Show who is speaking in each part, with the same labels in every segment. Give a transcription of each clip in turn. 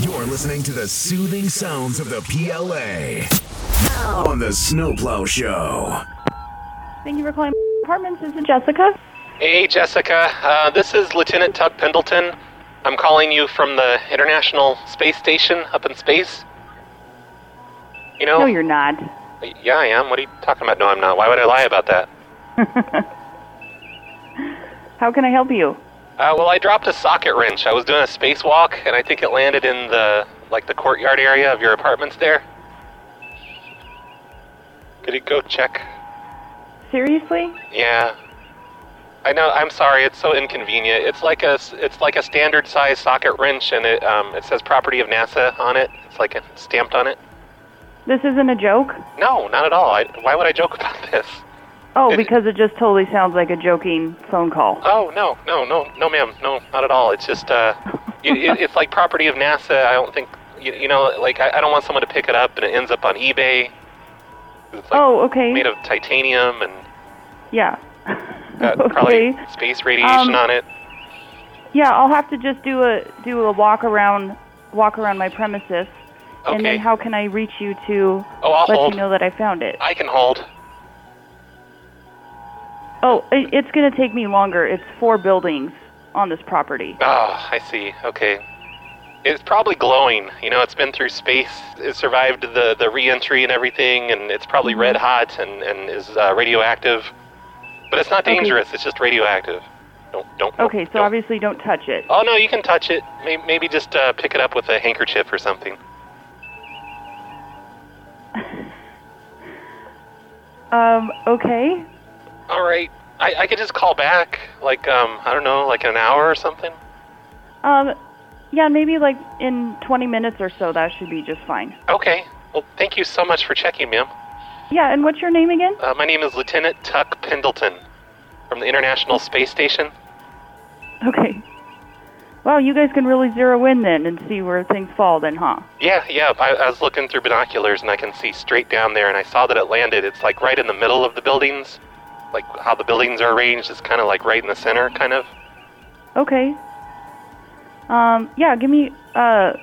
Speaker 1: You're listening to the soothing sounds of the PLA on the Snowplow Show.
Speaker 2: Thank you for calling apartments. This is Jessica.
Speaker 3: Hey, Jessica. Uh, this is Lieutenant Tug Pendleton. I'm calling you from the International Space Station up in space. You know?
Speaker 2: No, you're not.
Speaker 3: yeah, I am. What are you talking about? No, I'm not. Why would I lie about that?
Speaker 2: How can I help you?
Speaker 3: Uh, well, I dropped a socket wrench. I was doing a spacewalk, and I think it landed in the like the courtyard area of your apartments there. Could you go check?
Speaker 2: Seriously?
Speaker 3: Yeah. I know. I'm sorry. It's so inconvenient. It's like a it's like a standard size socket wrench, and it um, it says property of NASA on it. It's like stamped on it.
Speaker 2: This isn't a joke?
Speaker 3: No, not at all. I, why would I joke about this?
Speaker 2: Oh,
Speaker 3: It-
Speaker 2: because it just totally sounds like a joking phone call.
Speaker 3: Oh no, no, no, no, ma'am, no, not at all. It's just uh, it, it, it's like property of NASA. I don't think you, you know, like I, I don't want someone to pick it up and it ends up on eBay. It's like
Speaker 2: Oh, okay.
Speaker 3: made of titanium and
Speaker 2: Yeah.
Speaker 3: got
Speaker 2: okay.
Speaker 3: Uh, probably space radiation
Speaker 2: Um,
Speaker 3: on it.
Speaker 2: Yeah, I'll have to just do a do a walk around walk around my premises. And
Speaker 3: Okay.
Speaker 2: then how can I reach you to
Speaker 3: Oh, I'll
Speaker 2: let
Speaker 3: hold.
Speaker 2: you know that I found it?
Speaker 3: I can hold.
Speaker 2: Oh, i it's going to take me longer. It's four buildings on this property.
Speaker 3: Ah, I see. Okay. It's probably glowing. You know, it's been through space. It survived the, the re-entry and everything, and it's probably red hot and, and is uh, radioactive. But it's not
Speaker 2: Okay. Oh.
Speaker 3: dangerous. It's just radioactive. Don't don't. don't-
Speaker 2: Okay, so
Speaker 3: don't.
Speaker 2: obviously don't touch it.
Speaker 3: Oh no, you can touch it. Maybe, maybe just uh, pick it up with a handkerchief or something.
Speaker 2: Um, okay.
Speaker 3: All right. I, I could just call back, like um, I don't know, like in an hour or something.
Speaker 2: Um, yeah, maybe like in 20 minutes or so, that should be just fine.
Speaker 3: Okay. Well, thank you so much for checking, ma'am.
Speaker 2: Yeah, and what's your name again?
Speaker 3: Uh, my name is Lieutenant Tuck Pendleton from the International Space Station.
Speaker 2: Okay. Wow, you guys can really zero in then and see where things fall then, huh?
Speaker 3: Yeah, yeah. I, I was looking through binoculars and I can see straight down there, and I saw that it landed. It's like right in the middle of the buildings, like how the buildings are arranged. It's kind of like right in the center, kind of.
Speaker 2: Okay. Um, yeah, give me, uh,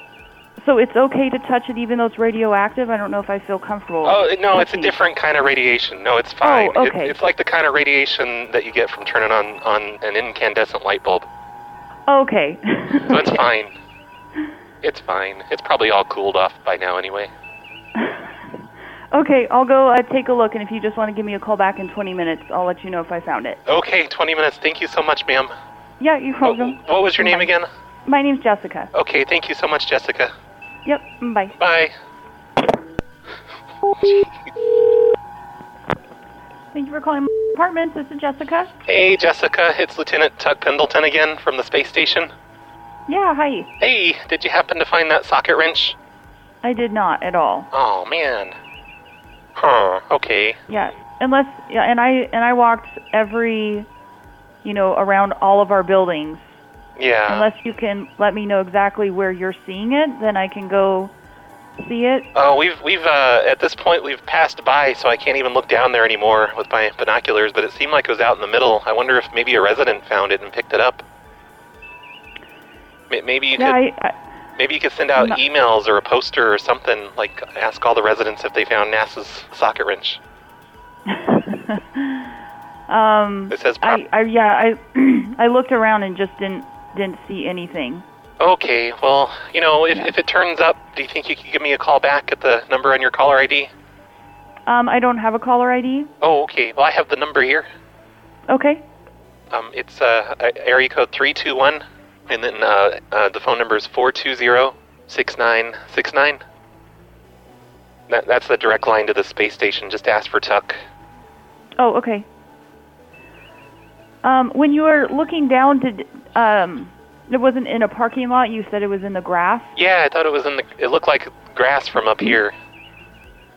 Speaker 2: so it's okay to touch it even though it's radioactive? I don't know if I feel comfortable.
Speaker 3: Oh no, it's a
Speaker 2: touching-
Speaker 3: different kind of radiation. No, it's fine. It-
Speaker 2: Oh, okay.
Speaker 3: it's like the kind of radiation that you get from turning on on an incandescent light bulb.
Speaker 2: Okay.
Speaker 3: So it's fine. It's fine. It's probably all cooled off by now anyway.
Speaker 2: okay, I'll go uh, take a look, and if you just want to give me a call back in 20 minutes, I'll let you know if I found it.
Speaker 3: Okay, 20 minutes. Thank you so much, ma'am.
Speaker 2: Yeah, you're
Speaker 3: What,
Speaker 2: welcome.
Speaker 3: what was your name again?
Speaker 2: My name's Jessica.
Speaker 3: Okay, thank you so much, Jessica.
Speaker 2: Yep, mm, bye.
Speaker 3: Bye.
Speaker 2: Thank you for calling apartments. This is Jessica.
Speaker 3: Hey, Jessica. It's Lieutenant Tuck Pendleton again from the space station.
Speaker 2: Yeah, hi.
Speaker 3: Hey, did you happen to find that socket wrench?
Speaker 2: I did not at all.
Speaker 3: Oh, man. Huh, okay.
Speaker 2: Yeah, unless yeah, and I and I walked every, you know, around all of our buildings.
Speaker 3: Yeah.
Speaker 2: Unless you can let me know exactly where you're seeing it, then I can go see it.
Speaker 3: Oh, we've we've uh, at this point we've passed by, so I can't even look down there anymore with my binoculars. But it seemed like it was out in the middle. I wonder if maybe a resident found it and picked it up. May- Maybe you
Speaker 2: Yeah,
Speaker 3: could
Speaker 2: I, I,
Speaker 3: maybe you could send out
Speaker 2: No.
Speaker 3: emails or a poster or something like ask all the residents if they found NASA's socket wrench. um, it says prop-
Speaker 2: I, I yeah, I I looked around and just didn't didn't see anything.
Speaker 3: okay. Well, you know if, if it turns up, do you think you could give me a call back at the number on your caller ID?
Speaker 2: Um, I don't have a caller ID.
Speaker 3: Oh, okay. Well, I have the number here.
Speaker 2: Okay.
Speaker 3: Um, it's uh, area code 321, and then uh, uh, the phone number is 420-6969. That, that's the direct line to the space station. Just ask for Tuck.
Speaker 2: Oh, okay. Um, when you were looking down, did um, it wasn't in a parking lot? You said it was in the grass.
Speaker 3: Yeah, I thought it was in the. It looked like grass from up here.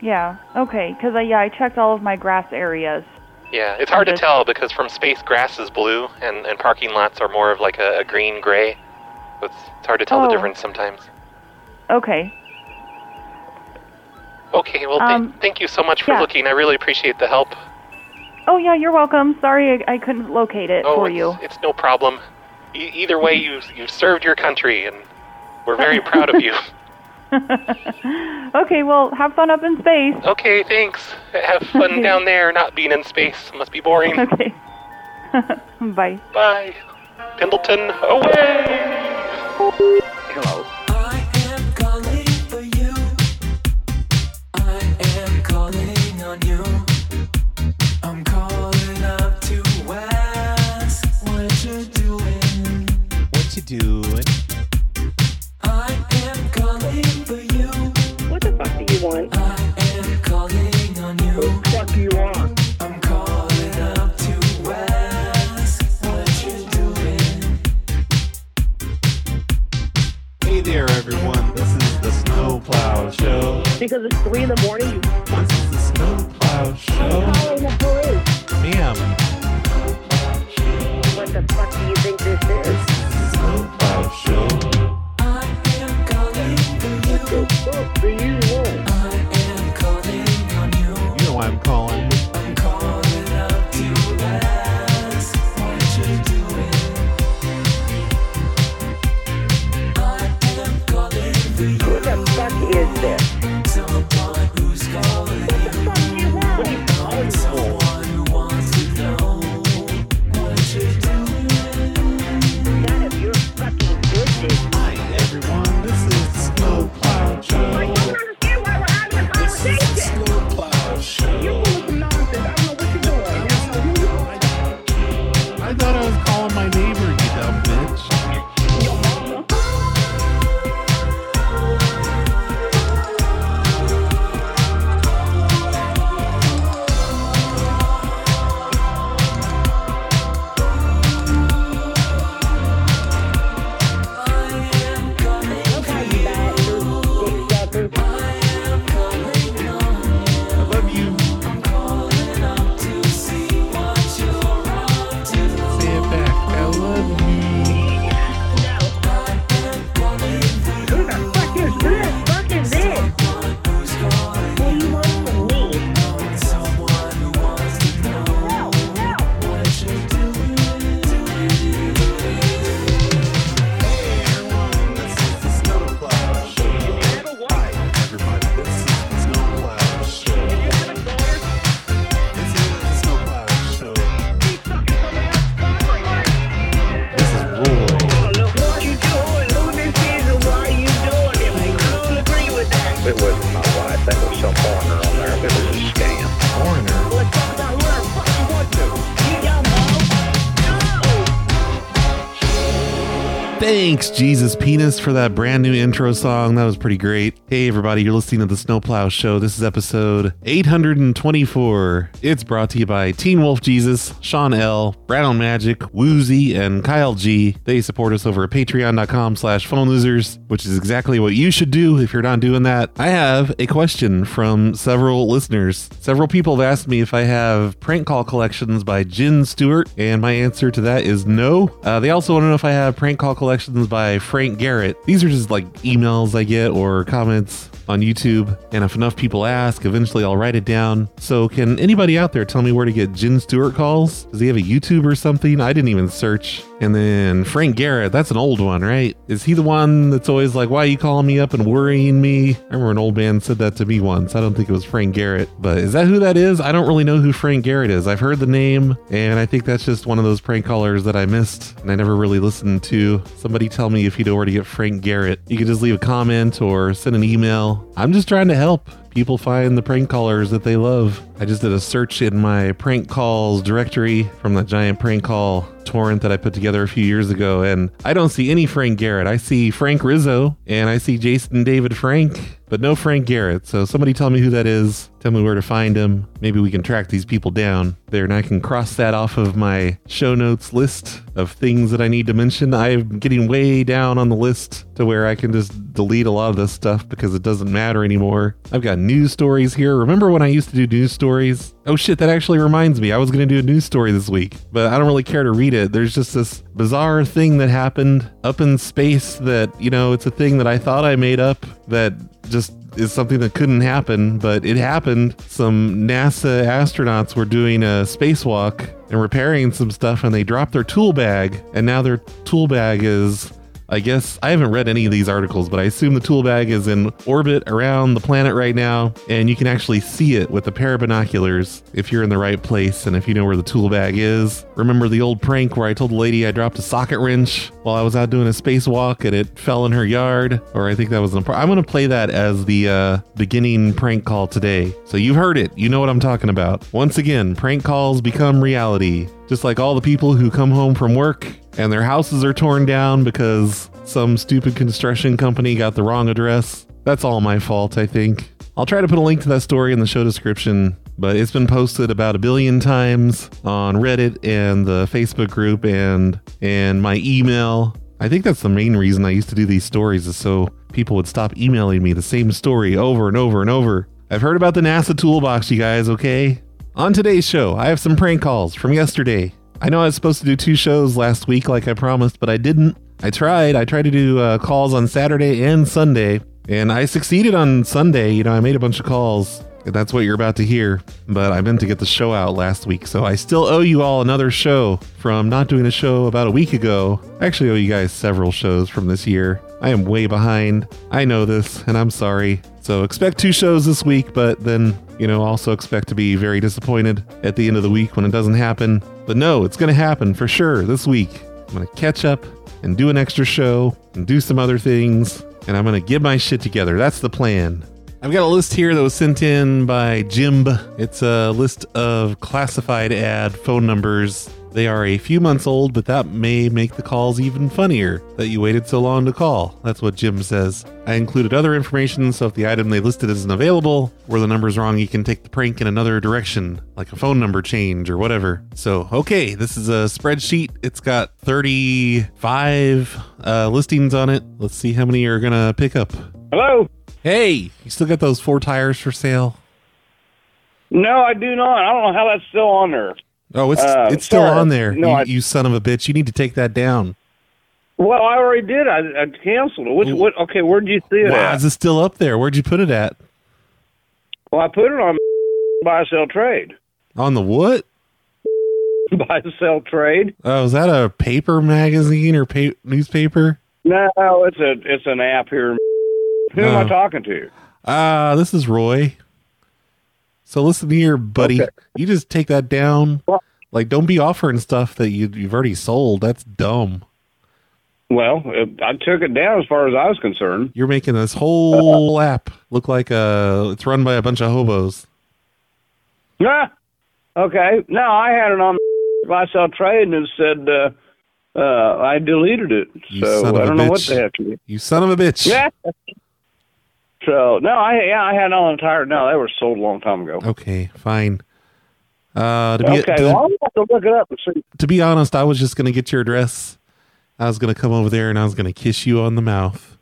Speaker 2: Yeah. Okay. Because I yeah I checked all of my grass areas.
Speaker 3: Yeah, it's hard to
Speaker 2: Okay.
Speaker 3: tell because from space grass is blue, and, and parking lots are more of like a, a green gray. So It's, it's hard to tell the
Speaker 2: Oh.
Speaker 3: difference sometimes.
Speaker 2: Okay.
Speaker 3: Okay, well, th-
Speaker 2: Um,
Speaker 3: thank you so much for
Speaker 2: yeah.
Speaker 3: looking. I really appreciate the help.
Speaker 2: Oh yeah, you're welcome. Sorry I, I couldn't locate it
Speaker 3: Oh,
Speaker 2: for
Speaker 3: it's,
Speaker 2: you.
Speaker 3: it's no problem. E- either way, you you served your country, and We're very proud of you.
Speaker 2: Okay, well, have fun up in space.
Speaker 3: Okay, thanks. Have fun down there not being in space. Must be boring.
Speaker 2: Okay. Bye.
Speaker 3: Bye. Pendleton, away!
Speaker 4: Hello.
Speaker 5: I am calling for you. I am calling on you. I'm calling up to ask what you're doing.
Speaker 6: What you doing?
Speaker 5: I am calling for you.
Speaker 7: What the fuck do you want?
Speaker 5: I am calling on you.
Speaker 4: Fuck you on.
Speaker 5: I'm calling up to ask what you're doing.
Speaker 6: Hey there, everyone. This is the Snowplow Show.
Speaker 7: Because it's three in the morning, you
Speaker 6: This is the Snowplow Show.
Speaker 7: calling the police.
Speaker 6: Ma'am,
Speaker 7: What the fuck do you think this is?
Speaker 6: this is the Snowplow Show.
Speaker 5: I am calling for you.
Speaker 4: Fuck do you on.
Speaker 5: I am calling on you.
Speaker 6: You know why I'm calling.
Speaker 5: I'm calling up to ask what you're doing. I am calling for you,
Speaker 7: What the fuck is this?
Speaker 5: someone who's calling you,
Speaker 7: What the fuck do you want?
Speaker 5: someone who wants to know what you're doing.
Speaker 7: None of your fucking business.
Speaker 6: Hi, everyone. This is the Snowplow
Speaker 7: Like, you
Speaker 6: Show.
Speaker 7: don't understand why we're having a conversation.
Speaker 6: Snowplow Show.
Speaker 7: You're full of some nonsense. I don't know what you're doing. I don't know who you are.
Speaker 6: I thought I was calling my neighbor, you dumb bitch.
Speaker 5: I am calling for you,
Speaker 6: I love you.
Speaker 5: calling up to see what you're up to.
Speaker 6: Say it back. I love you.
Speaker 5: I am calling for you,
Speaker 7: Who the fuck is this? Fuck is this?
Speaker 5: someone who's calling
Speaker 7: What do you want from me?
Speaker 5: on someone who wants to know.
Speaker 7: No, no.
Speaker 5: What you doing?
Speaker 6: Hey, everyone. This is the Snowplow Show.
Speaker 7: You have a what?
Speaker 6: Hi, everybody. This is the Snowplow Show.
Speaker 7: You have a daughter?
Speaker 6: This is the Snowplow Show.
Speaker 7: She's fucking somebody else's daughter.
Speaker 6: This is Roy.
Speaker 7: Look what you doing. Who this is and why you doing it. I don't agree with that.
Speaker 4: It wasn't my wife. That was some foreigner on there. It was a scam.
Speaker 6: Foreigner.
Speaker 7: Let's talk about what the fuck you want to. You dumb hoe. No.
Speaker 6: Thanks, Jesus Penis, for that brand new intro song. That was pretty great. Hey, everybody, you're listening to The Snowplow Show. This is episode 824. It's brought to you by Teen Wolf Jesus, Sean L., Brown Magic, Woozy, and Kyle G. They support us over at patreon.com slash phone losers, which is exactly what you should do if you're not doing that. I have a question from several listeners. Several people have asked me if I have prank call collections by Jin Stewart, and my answer to that is no. Uh, they also want to know if I have prank call collections by Frank Garrett. These are just like emails I get or comments on YouTube, and if enough people ask, eventually I'll write it down. So, can anybody out there tell me where to get Jin Stewart calls? Does he have a YouTube or something? I didn't even search. And then Frank Garrett, that's an old one, right? Is he the one that's always like, why are you calling me up and worrying me? I remember an old man said that to me once. I don't think it was Frank Garrett, but is that who that is? I don't really know who Frank Garrett is. I've heard the name, and I think that's just one of those prank callers that I missed and I never really listened to. Somebody tell me if you know where to get Frank Garrett. You can just leave a comment or send an email. I'm just trying to help people find the prank callers that they love. I just did a search in my prank calls directory from that giant prank call torrent that I put together a few years ago, and I don't see any Frank Garrett. I see Frank Rizzo and I see Jason David Frank, but no Frank Garrett. So somebody tell me who that is. Tell me where to find him. Maybe we can track these people down there, and I can cross that off of my show notes list of things that I need to mention. I'm getting way down on the list to where I can just delete a lot of this stuff because it doesn't matter anymore. I've got news stories here. Remember when I used to do news stories? Oh shit, that actually reminds me. I was going to do a news story this week, but I don't really care to read it. There's just this bizarre thing that happened up in space that, you know, it's a thing that I thought I made up that just is something that couldn't happen, but it happened. Some NASA astronauts were doing a spacewalk and repairing some stuff and they dropped their tool bag and now their tool bag is I guess I haven't read any of these articles, but I assume the tool bag is in orbit around the planet right now, and you can actually see it with a pair of binoculars if you're in the right place and if you know where the tool bag is. Remember the old prank where I told the lady I dropped a socket wrench while I was out doing a spacewalk and it fell in her yard? Or I think that was an apart. I'm going to play that as the uh, beginning prank call today. So you've heard it. You know what I'm talking about. Once again, prank calls become reality. Just like all the people who come home from work and their houses are torn down because some stupid construction company got the wrong address. That's all my fault, I think. I'll try to put a link to that story in the show description, but it's been posted about a billion times on Reddit and the Facebook group and and my email. I think that's the main reason I used to do these stories is so people would stop emailing me the same story over and over and over. I've heard about the NASA toolbox, you guys, okay? On today's show, I have some prank calls from yesterday. I know I was supposed to do two shows last week, like I promised, but I didn't. I tried. I tried to do uh, calls on Saturday and Sunday, and I succeeded on Sunday. You know, I made a bunch of calls. That's what you're about to hear. But I meant to get the show out last week, so I still owe you all another show from not doing a show about a week ago. I actually owe you guys several shows from this year. I am way behind. I know this, and I'm sorry. So expect two shows this week, but then, you know, also expect to be very disappointed at the end of the week when it doesn't happen. But no, it's going to happen for sure this week. I'm going to catch up and do an extra show and do some other things, and I'm going to get my shit together. That's the plan. I've got a list here that was sent in by Jimb. It's a list of classified ad phone numbers. They are a few months old, but that may make the calls even funnier that you waited so long to call. That's what Jim says. I included other information, so if the item they listed isn't available or the number's wrong, you can take the prank in another direction, like a phone number change or whatever. So, okay, this is a spreadsheet. It's got 35 uh, listings on it. Let's see how many you're going to pick up.
Speaker 8: Hello?
Speaker 6: Hey, you still got those four tires for sale?
Speaker 8: No, I do not. I don't know how that's still on there.
Speaker 6: Oh, it's
Speaker 8: Uh,
Speaker 6: it's still
Speaker 8: sorry.
Speaker 6: on there.
Speaker 8: No,
Speaker 6: you,
Speaker 8: I-
Speaker 6: you son of a bitch! You need to take that down.
Speaker 8: Well, I already did. I, I canceled it. Which,
Speaker 6: Ooh.
Speaker 8: what? Okay, where did you see it
Speaker 6: Wow,
Speaker 8: at?
Speaker 6: is it still up there? Where'd you put it at?
Speaker 8: Well, I put it on buy sell trade.
Speaker 6: On the what?
Speaker 8: buy sell trade.
Speaker 6: Oh, is that a paper magazine or pa- newspaper?
Speaker 8: No, it's a it's an app here. Who am
Speaker 6: Oh.
Speaker 8: I talking to?
Speaker 6: Ah, this is Roy. So listen here, buddy.
Speaker 8: Okay.
Speaker 6: You just take that down.
Speaker 8: Well-
Speaker 6: Like, don't be offering stuff that you, you've already sold. That's dumb.
Speaker 8: Well, it, I took it down as far as I was concerned.
Speaker 6: You're making this whole
Speaker 8: Uh-huh.
Speaker 6: app look like uh it's run by a bunch of hobos.
Speaker 8: Ah, okay. No, I had it on buy sell trade and it said uh, uh, I deleted it.
Speaker 6: You
Speaker 8: So
Speaker 6: son of
Speaker 8: I
Speaker 6: a
Speaker 8: don't know what
Speaker 6: bitch.
Speaker 8: the heck. it is.
Speaker 6: You son of a bitch.
Speaker 8: Yeah. So no, I yeah I had it on entire. No, they were sold a long time ago.
Speaker 6: Okay, fine. Uh, to be
Speaker 8: Okay,
Speaker 6: to-
Speaker 8: well, I'm going to look it up and see.
Speaker 6: to be honest, I was just gonna get your address. I was gonna come over there and I was gonna kiss you on the mouth.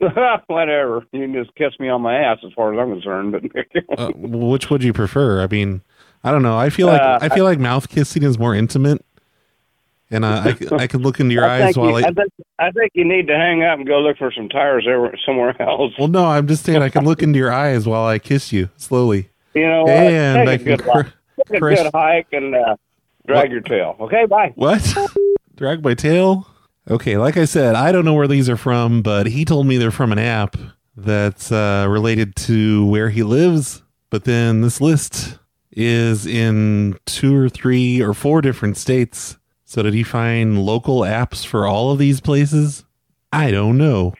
Speaker 8: Whatever. You can just kiss me on my ass as far as I'm concerned. But
Speaker 6: Uh, which would you prefer? I mean, I don't know. I feel like
Speaker 8: Uh,
Speaker 6: I feel like mouth kissing is more intimate, and uh, I c- I can look into your
Speaker 8: I,
Speaker 6: eyes
Speaker 8: think
Speaker 6: while
Speaker 8: you,
Speaker 6: I.
Speaker 8: I, think, I think you need to hang up and go look for some tires everywhere, somewhere else.
Speaker 6: Well, no, I'm just saying I can look into your eyes while I kiss you slowly,
Speaker 8: You know, what?
Speaker 6: and I
Speaker 8: take a
Speaker 6: can.
Speaker 8: good,
Speaker 6: Cr-
Speaker 8: hike- take a
Speaker 6: crush-
Speaker 8: good hike and uh, drag your tail. Okay, bye.
Speaker 6: What? Drag my tail? Okay, like I said, I don't know where these are from, but he told me they're from an app that's uh, related to where he lives. But then this list is in two or three or four different states. So did he find local apps for all of these places? I don't know.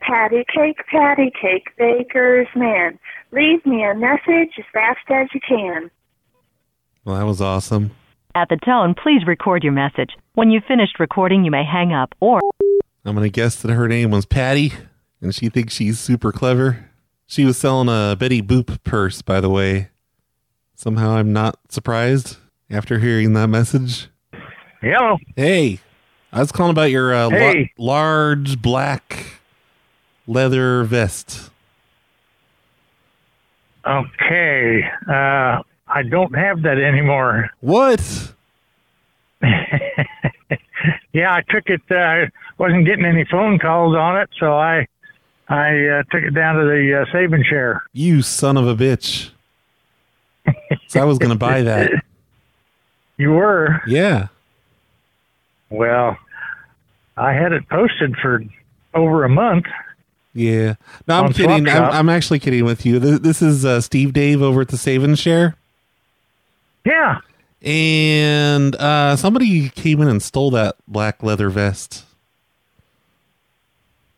Speaker 1: Patty cake, patty cake, baker's man. Leave me a message as fast as you can.
Speaker 6: Well, that was awesome.
Speaker 9: At the tone, please record your message. When you've finished recording, you may hang up or
Speaker 6: I'm going to guess that her name was Patty, and she thinks she's super clever. She was selling a Betty Boop purse, by the way. Somehow I'm not surprised after hearing that message.
Speaker 8: Hello.
Speaker 6: Hey, I was calling about your uh,
Speaker 8: Hey.
Speaker 6: la- large black leather vest.
Speaker 4: Okay. Uh, I don't have that anymore.
Speaker 6: What?
Speaker 4: Yeah, I took it. uh, wasn't getting any phone calls on it, so I I uh, took it down to the uh, saving share.
Speaker 6: You son of a bitch. so I was going to buy that.
Speaker 4: You were
Speaker 6: Yeah.
Speaker 4: well. I had it posted for over a month.
Speaker 6: Yeah. No, I'm
Speaker 4: On Swap
Speaker 6: kidding. I'm,
Speaker 4: Shop.
Speaker 6: I'm actually kidding with you. This, this is uh, Steve Dave over at the Save and Share.
Speaker 4: Yeah.
Speaker 6: And uh, somebody came in and stole that black leather vest.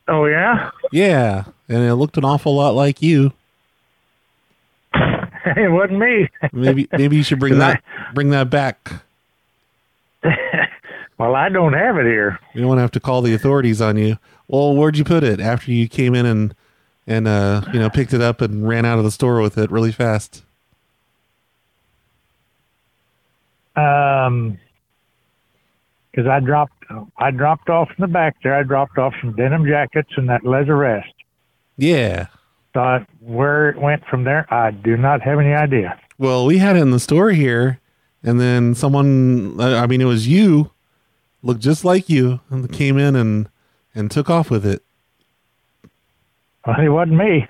Speaker 4: Oh yeah.
Speaker 6: Yeah. And it looked an awful lot like you.
Speaker 4: it wasn't me.
Speaker 6: Maybe maybe you should bring that bring that back.
Speaker 4: well, I don't have it here.
Speaker 6: You don't want to have to call the authorities on you. Well, where'd you put it after you came in and and uh, you know picked it up and ran out of the store with it really fast?
Speaker 4: Um 'cause I dropped I dropped off in the back there. I dropped off some denim jackets and that leather vest.
Speaker 6: Yeah.
Speaker 4: So I, where it went from there, I do not have any idea.
Speaker 6: Well, we had it in the store here, and then someone, I I mean, it was you, looked just like you, and came in and and took off with it.
Speaker 4: Well, it wasn't me.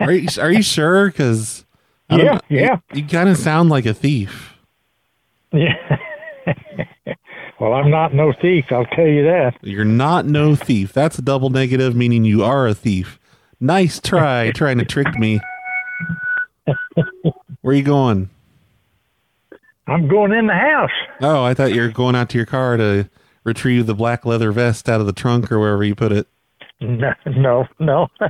Speaker 6: are you Are you sure? Because
Speaker 4: Yeah, yeah.
Speaker 6: you, you kind of sound like a thief.
Speaker 4: Yeah. well, I'm not no thief. I'll tell you that.
Speaker 6: You're not no thief. That's a double negative, meaning you are a thief. Nice try trying to trick me. Where you going?
Speaker 4: I'm going in the house.
Speaker 6: Oh, I thought you were going out to your car to retrieve the black leather vest out of the trunk or wherever you put it.
Speaker 4: No, no, no.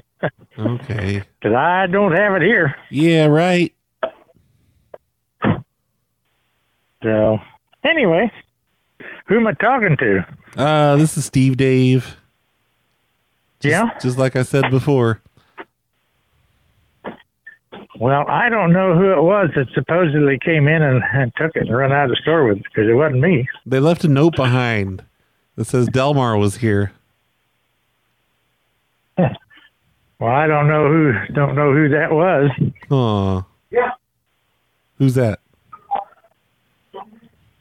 Speaker 6: Okay.
Speaker 4: Because I don't have it here.
Speaker 6: Yeah, right.
Speaker 4: So, anyway, who am I talking to?
Speaker 6: Uh, this is Steve Dave. Just-
Speaker 4: Yeah?
Speaker 6: Just like I said before.
Speaker 4: Well, I don't know who it was that supposedly came in and, and took it and run out of the store with it because it wasn't me.
Speaker 6: They left a note behind that says Delmar was here.
Speaker 4: Well, I don't know who don't know who that was.
Speaker 6: Aw.
Speaker 4: Yeah.
Speaker 6: Who's that?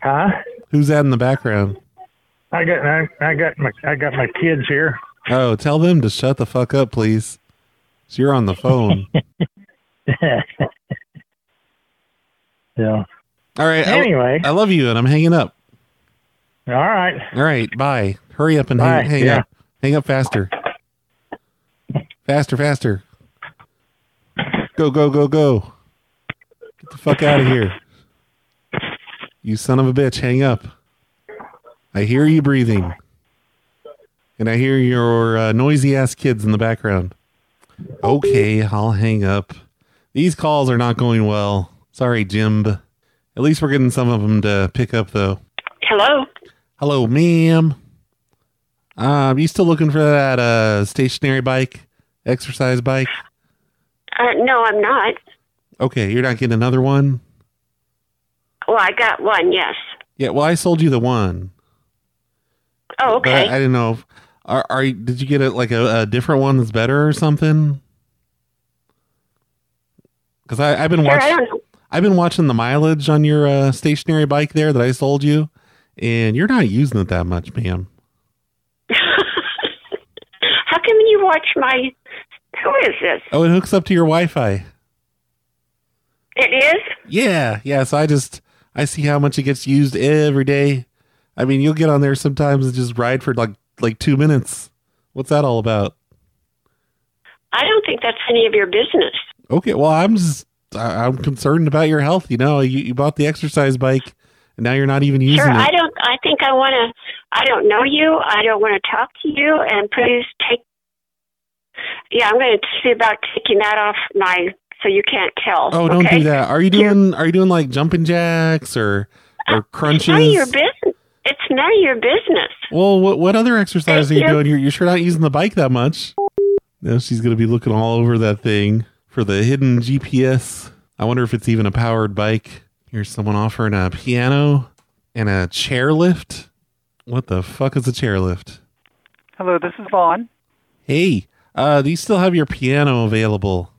Speaker 4: Huh?
Speaker 6: Who's that in the background?
Speaker 4: I got I, I got my I got my kids here.
Speaker 6: Oh, tell them to shut the fuck up, please. So you're on the phone.
Speaker 4: yeah.
Speaker 6: All right. I-
Speaker 4: Anyway.
Speaker 6: I, love you, and I'm hanging up.
Speaker 4: All right.
Speaker 6: All right. Bye. Hurry up and
Speaker 4: Bye,
Speaker 6: hang, hang
Speaker 4: yeah.
Speaker 6: up. Hang up faster. Faster, faster. Go, go, go, go. Get the fuck out of here. You son of a bitch. Hang up. I hear you breathing. And I hear your uh, noisy ass kids in the background. Okay, I'll hang up. These calls are not going well. Sorry, Jim. At least we're getting some of them to pick up, though.
Speaker 10: Hello.
Speaker 6: Hello, ma'am. Um, you still looking for that uh stationary bike, exercise bike?
Speaker 10: Uh, no, I'm not.
Speaker 6: Okay, you're not getting another one.
Speaker 10: Well, I got one. Yes.
Speaker 6: Yeah, well, I sold you the one, but
Speaker 10: Oh, okay.
Speaker 6: I, I didn't know. If, are are you- did you get it like a, a different one that's better or something? Because I I've been
Speaker 10: Sure, I
Speaker 6: watching
Speaker 10: don't know.
Speaker 6: I've been watching the mileage on your uh, stationary bike there that I sold you, and you're not using it that much, ma'am.
Speaker 10: How come you watch my? Who is this?
Speaker 6: Oh, it hooks up to your Wi-Fi.
Speaker 10: It is.
Speaker 6: Yeah, yeah. So I just I see how much it gets used every day. I mean, you'll get on there sometimes and just ride for like like two minutes. What's that all about?
Speaker 10: I don't think that's any of your business.
Speaker 6: Okay, well, I'm just I, I'm concerned about your health. You know, you, you bought the exercise bike, and now you're not even using
Speaker 10: Sure,
Speaker 6: it.
Speaker 10: I don't. I think I want to. I don't know you. I don't want to talk to you. And please take. Yeah, I'm going to see about taking that off my. So you can't tell.
Speaker 6: oh, don't
Speaker 10: okay?
Speaker 6: do that. Are you doing Are you doing like jumping jacks or or
Speaker 10: It's none of your
Speaker 6: crunches?
Speaker 10: business. It's none of your business.
Speaker 6: Well, what what other exercise are you
Speaker 10: Thank you.
Speaker 6: doing? You're you're sure not using the bike that much. Now she's gonna be looking all over that thing for the hidden GPS. I wonder if it's even a powered bike. Here's someone offering a piano and a chair lift. What the fuck is a chair lift?
Speaker 11: Hello, this is Vaughn.
Speaker 6: Hey, uh, do you still have your piano available?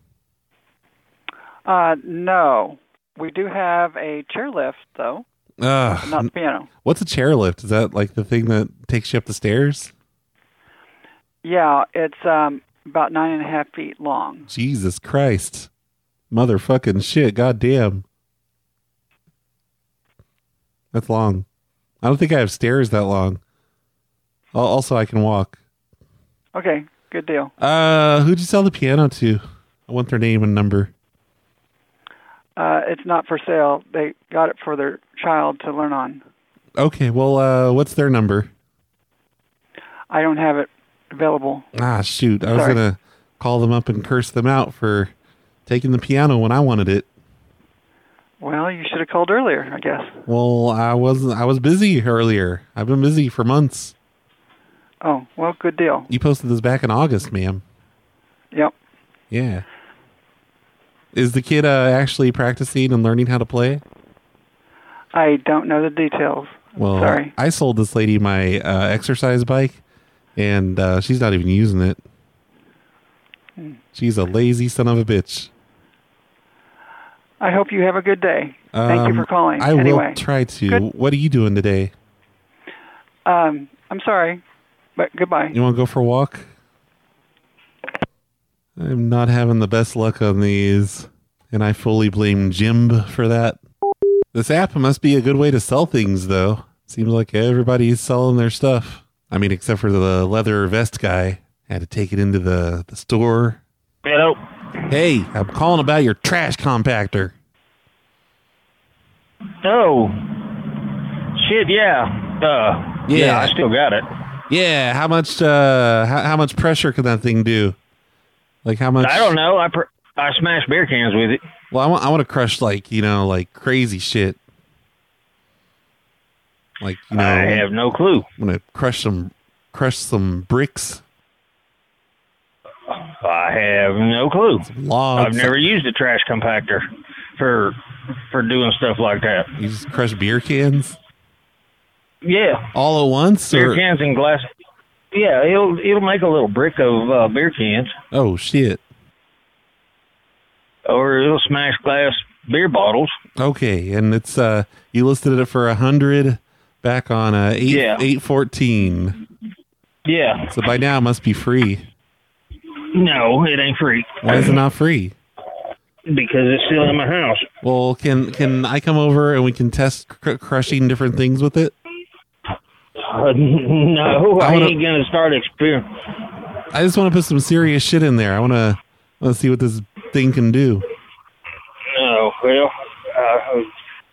Speaker 11: Uh, no, we do have a chairlift though,
Speaker 6: Ugh.
Speaker 11: not piano.
Speaker 6: What's a chair lift? Is that like the thing that takes you up the stairs?
Speaker 11: Yeah, it's um about nine and a half feet long.
Speaker 6: Jesus Christ. Motherfucking shit. Goddamn. That's long. I don't think I have stairs that long. Al- Also, I can walk.
Speaker 11: Okay, good deal.
Speaker 6: Uh, who'd you sell the piano to? I want their name and number.
Speaker 11: Uh, it's not for sale. They got it for their child to learn on.
Speaker 6: Okay, well, uh, what's their number?
Speaker 11: I don't have it available.
Speaker 6: Ah, shoot. I was
Speaker 11: Sorry.
Speaker 6: going to call them up and curse them out for taking the piano when I wanted it.
Speaker 11: Well, you should have called earlier, I guess.
Speaker 6: Well, I was I was busy earlier. I've been busy for months.
Speaker 11: Oh, well, good deal.
Speaker 6: You posted this back in August, ma'am.
Speaker 11: Yep.
Speaker 6: Yeah. Is the kid uh, actually practicing and learning how to play?
Speaker 11: I don't know the details.
Speaker 6: Well,
Speaker 11: Sorry.
Speaker 6: I sold this lady my uh, exercise bike, and uh, she's not even using it.
Speaker 11: Hmm.
Speaker 6: She's a lazy son of a bitch.
Speaker 11: I hope you have a good day. Thank you
Speaker 6: Um,
Speaker 11: for calling.
Speaker 6: I
Speaker 11: anyway,
Speaker 6: will try to.
Speaker 11: Good.
Speaker 6: What are you doing today?
Speaker 11: Um, I'm sorry, but goodbye.
Speaker 6: You want to go for a walk? I'm not having the best luck on these, and I fully blame Jim for that. This app must be a good way to sell things, though. Seems like everybody's selling their stuff. I mean, except for the leather vest guy. Had to take it into the, the store.
Speaker 12: Hello.
Speaker 6: Hey, I'm calling about your trash compactor.
Speaker 12: Oh. Shit, yeah. Uh, yeah. I still got it.
Speaker 6: Yeah, how much uh how, how much pressure can that thing do? Like how much
Speaker 12: I don't know. Oh, I pr- I smashed beer cans with it.
Speaker 6: Well, I want I want to crush like, you know, like crazy shit. Like, you know,
Speaker 12: I have no clue.
Speaker 6: I'm going to crush some crush some bricks.
Speaker 12: I have no clue.
Speaker 6: Logs.
Speaker 12: I've never used a trash compactor for for doing stuff like that.
Speaker 6: You just crush beer cans
Speaker 12: Yeah.
Speaker 6: all at once
Speaker 12: Beer
Speaker 6: or
Speaker 12: cans and glass. Yeah, it'll it'll make a little brick of uh, beer cans,
Speaker 6: Oh shit.
Speaker 12: or it'll smash glass beer bottles.
Speaker 6: Okay, and it's uh you listed it for a 100 back on uh 8
Speaker 12: Yeah.
Speaker 6: 814.
Speaker 12: Yeah.
Speaker 6: So by now it must be free.
Speaker 12: No, it ain't free.
Speaker 6: Why is it not free?
Speaker 12: Because it's still in my house.
Speaker 6: Well, can can I come over and we can test cr- crushing different things with it?
Speaker 12: Uh, no, I,
Speaker 6: I wanna-
Speaker 12: ain't gonna start experiment.
Speaker 6: I just want to put some serious shit in there. I want to want to see what this thing can do.
Speaker 12: No, well, uh,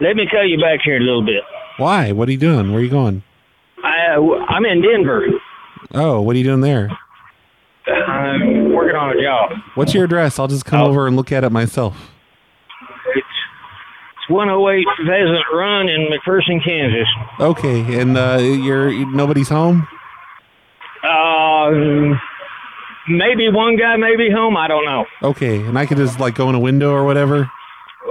Speaker 12: let me call you back here in a little bit.
Speaker 6: Why? What are you doing? Where are you going?
Speaker 12: I I'm in Denver.
Speaker 6: Oh, what are you doing there?
Speaker 12: I'm working on a job.
Speaker 6: What's your address? I'll just come
Speaker 12: Oh.
Speaker 6: over and look at it myself.
Speaker 12: It's it's 108 Pheasant Run in McPherson, Kansas.
Speaker 6: Okay, and uh, you're nobody's home.
Speaker 12: Uh, maybe one guy may be home. I don't know.
Speaker 6: Okay, and I could just like go in a window or whatever.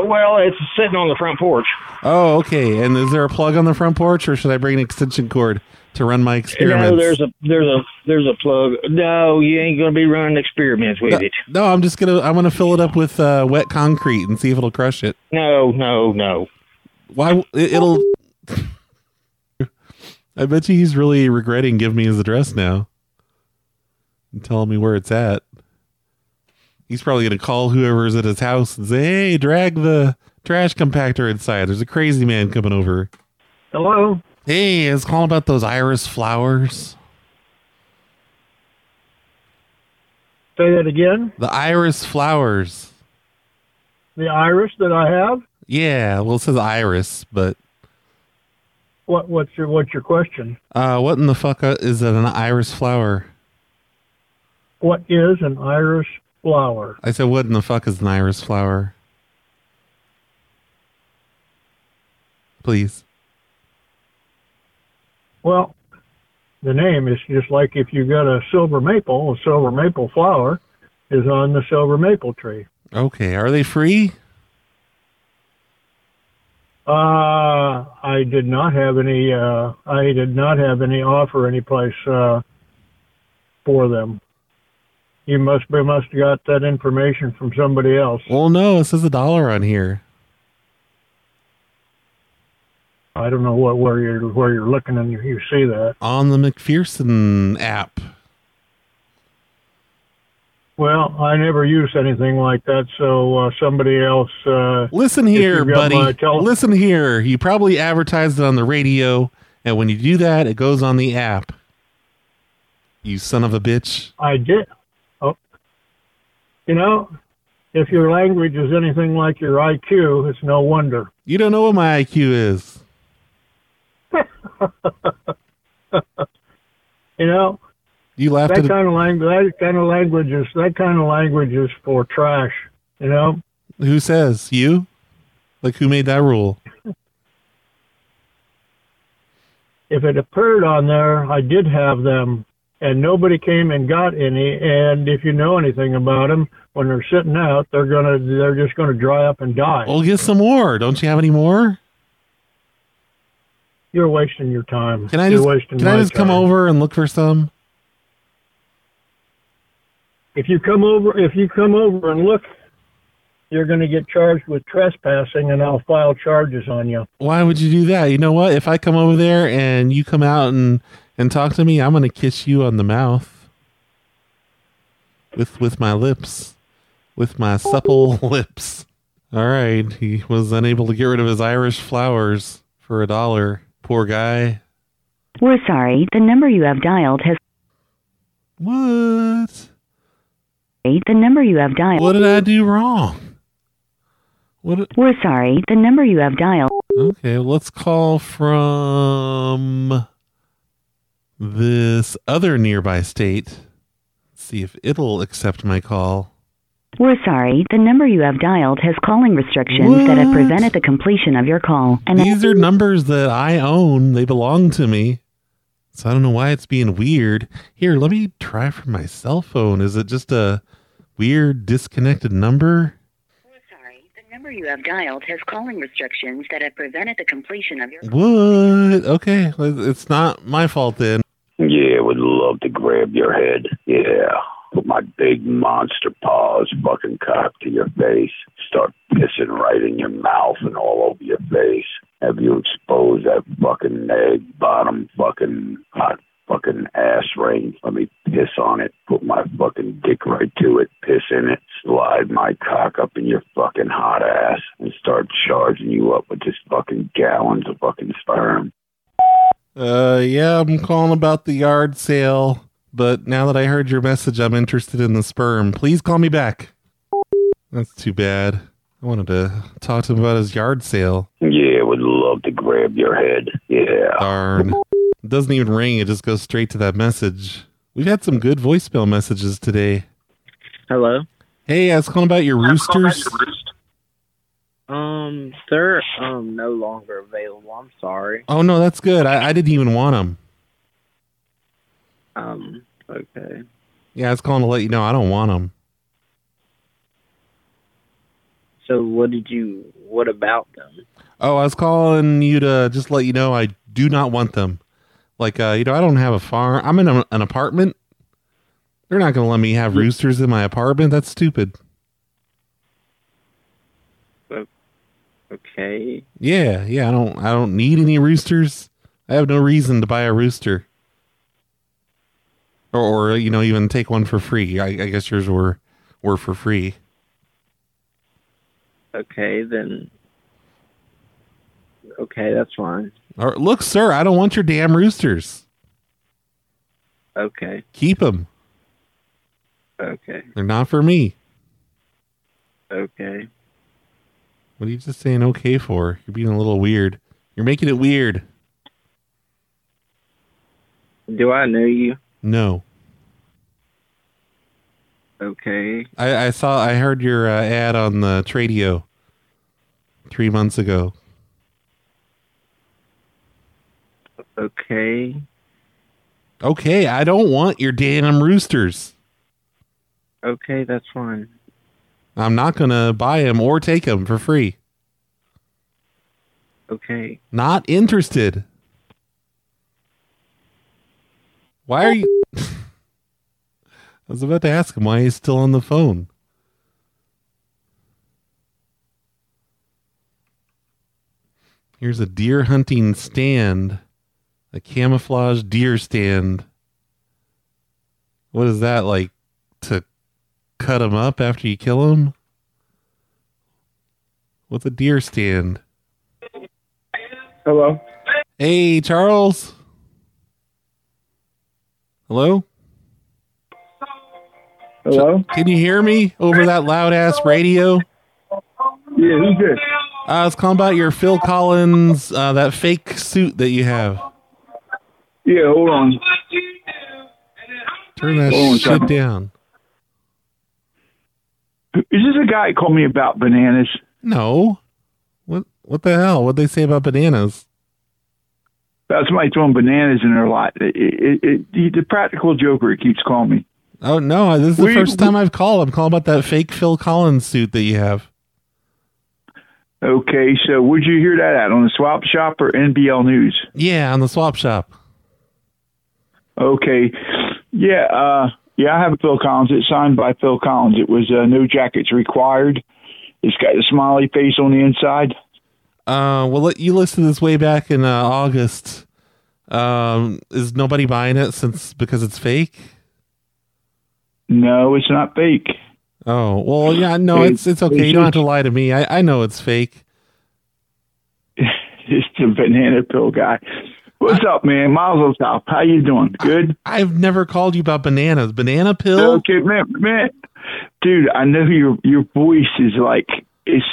Speaker 12: Well, it's sitting on the front porch.
Speaker 6: Oh, okay. And is there a plug on the front porch, or should I bring an extension cord to run my experiments?
Speaker 12: No, there's a there's a there's a plug. No, you ain't gonna be running experiments with it.
Speaker 6: No, I'm just gonna I'm gonna fill it up with uh, wet concrete and see if it'll crush it.
Speaker 12: No, no, no.
Speaker 6: Why w- it, it'll? I bet you he's really regretting giving me his address now and telling me where it's at. He's probably gonna call whoever's at his house and say, "Hey, drag the trash compactor inside. There's a crazy man coming over."
Speaker 12: Hello.
Speaker 6: Hey, I was calling about those iris flowers.
Speaker 13: Say that again.
Speaker 6: The iris flowers.
Speaker 13: The iris that I have.
Speaker 6: Yeah, well, it says iris, but
Speaker 13: What what's your what's your question?
Speaker 6: uh, what in the fuck uh, is it? An iris flower?
Speaker 13: What is an iris flower?
Speaker 6: I said, what in the fuck is an iris flower? Please.
Speaker 13: Well, the name is just like if you got a silver maple, a silver maple flower is on the silver maple tree.
Speaker 6: Okay, are they free?
Speaker 13: Uh, I did not have any. Uh, I did not have any offer any place uh, for them. You must be must have got that information from somebody else.
Speaker 6: Well, no, it says a dollar on here.
Speaker 13: I don't know what where you're where you're looking and you, you see that.
Speaker 6: On the McPherson app.
Speaker 13: Well, I never use anything like that, so uh, somebody else. Uh,
Speaker 6: Listen
Speaker 13: if
Speaker 6: here,
Speaker 13: you've got my
Speaker 6: buddy.
Speaker 13: tele-
Speaker 6: Listen here. You probably advertised it on the radio, and when you do that, it goes on the app. You son of a bitch.
Speaker 13: I did. Oh, you know, if your language is anything like your IQ, it's no wonder.
Speaker 6: You don't know what my IQ is.
Speaker 13: You know,
Speaker 6: You laughed
Speaker 13: that
Speaker 6: at
Speaker 13: kind of language, that kind of language is that kind of language is for trash. You know,
Speaker 6: Who says? You? Like, who made that rule?
Speaker 13: if it appeared on there, I did have them, and nobody came and got any. And if you know anything about them, when they're sitting out, they're gonna they're just gonna dry up and die.
Speaker 6: Well, get some more. Don't you have any more?
Speaker 13: You're wasting your time.
Speaker 6: Can I
Speaker 13: You're
Speaker 6: just,
Speaker 13: wasting
Speaker 6: can I
Speaker 13: my
Speaker 6: just come
Speaker 13: time.
Speaker 6: over and look for some?
Speaker 13: If you come over, if you come over and look, you're going to get charged with trespassing, and I'll file charges on you.
Speaker 6: Why would you do that? You know what? If I come over there and you come out and and talk to me, I'm gonna kiss you on the mouth with with my lips, with my supple lips. All right, he was unable to get rid of his Irish flowers for a dollar. Poor guy.
Speaker 14: We're sorry, the number you have dialed has.
Speaker 6: What?
Speaker 14: The number you have dialed.
Speaker 6: What did I do wrong?
Speaker 14: We're sorry, the number you have dialed.
Speaker 6: Okay, let's call from this other nearby state. See if it'll accept my call.
Speaker 14: We're sorry, the number you have dialed has calling restrictions that have prevented the completion of your call. And
Speaker 6: These are numbers that I own. They belong to me. So I don't know why it's being weird. Here, let me try from my cell phone. Is it just a weird disconnected number?
Speaker 14: the number you have dialed has calling restrictions that have prevented the completion of your.
Speaker 6: What? Okay, it's not my fault then.
Speaker 15: Yeah, would love to grab your head. Yeah. Put my big monster paws bucking cock to your face. Start pissing right in your mouth and all over your face. Have you exposed that fucking egg bottom fucking hot fucking ass ring? Let me piss on it. Put my fucking dick right to it. Piss in it. Slide my cock up in your fucking hot ass and start charging you up with just fucking gallons of fucking sperm.
Speaker 6: Uh, yeah, I'm calling about the yard sale. But now that I heard your message, I'm interested in the sperm. Please call me back. That's too bad. I wanted to talk to him about his yard sale.
Speaker 15: Yeah, would love to grab your head. Yeah.
Speaker 6: Darn. It doesn't even ring, it just goes straight to that message. We've had some good voicemail messages today.
Speaker 12: Hello.
Speaker 6: Hey, I was calling about your roosters.
Speaker 12: Um, they're um no longer available. I'm sorry.
Speaker 6: Oh, no, that's good. I, I didn't even want them.
Speaker 12: Um, okay.
Speaker 6: Yeah, I was calling to let you know I don't want them.
Speaker 12: So what did you? What about them?
Speaker 6: Oh, I was calling you to just let you know I do not want them. Like, uh, you know, I don't have a farm. I'm in a, an apartment. They're not going to let me have roosters in my apartment. That's stupid.
Speaker 12: Okay.
Speaker 6: Yeah, yeah. I don't. I don't need any roosters. I have no reason to buy a rooster. Or, or you know, even take one for free. I, I guess yours were were for free.
Speaker 12: Okay then. Okay, that's fine.
Speaker 6: Or look, sir, I don't want your damn roosters.
Speaker 12: Okay.
Speaker 6: Keep them.
Speaker 12: Okay.
Speaker 6: They're not for me.
Speaker 12: Okay.
Speaker 6: What are you just saying okay for? You're being a little weird. You're making it weird.
Speaker 12: Do I know you?
Speaker 6: No.
Speaker 12: Okay.
Speaker 6: I, I saw I heard your uh, ad on the Tradio three months ago.
Speaker 12: Okay.
Speaker 6: Okay, I don't want your damn roosters.
Speaker 12: Okay, that's fine.
Speaker 6: I'm not gonna buy them or take them for free.
Speaker 12: Okay.
Speaker 6: Not interested. Why are you? I was about to ask him why he's still on the phone. Here's a deer hunting stand, a camouflage deer stand. What is that like to cut them up after you kill them? What's a deer stand?
Speaker 12: Hello.
Speaker 6: Hey, Charles. Hello? Hello? Can you hear me over that loud ass radio? Yeah, who's this? Uh, it's calling about your Phil Collins, uh, that fake suit that you have.
Speaker 16: Yeah, hold on.
Speaker 6: Turn that
Speaker 16: Hold on a
Speaker 6: shit
Speaker 16: second.
Speaker 6: down.
Speaker 16: Is this a guy that called me about bananas?
Speaker 6: No. What what the hell? What'd they say about bananas?
Speaker 16: About somebody throwing bananas in their lot. It, it, it, the, the practical joker it keeps calling me.
Speaker 6: Oh no, this is the
Speaker 16: We-
Speaker 6: first time I've called. I'm calling about that fake Phil Collins suit that you have.
Speaker 16: Okay, so where'd you hear that at? On the swap shop or NBL News?
Speaker 6: Yeah, on the swap shop.
Speaker 16: Okay. Yeah, uh, yeah, I have a Phil Collins. It's signed by Phil Collins. It was uh, no jackets required. It's got a smiley face on the inside.
Speaker 6: Uh, well, you listed this way back in uh, August. Um, is nobody buying it since because it's fake?
Speaker 16: No, it's not fake.
Speaker 6: Oh well, yeah, no, it's it's okay. You don't have to lie to me. I, I know it's fake.
Speaker 16: It's the banana pill guy. What's up, man? Mazel tov. How you doing? Good.
Speaker 6: I've never called you about bananas. Banana pill.
Speaker 16: Okay, man, man, dude. I know your your voice is like it's.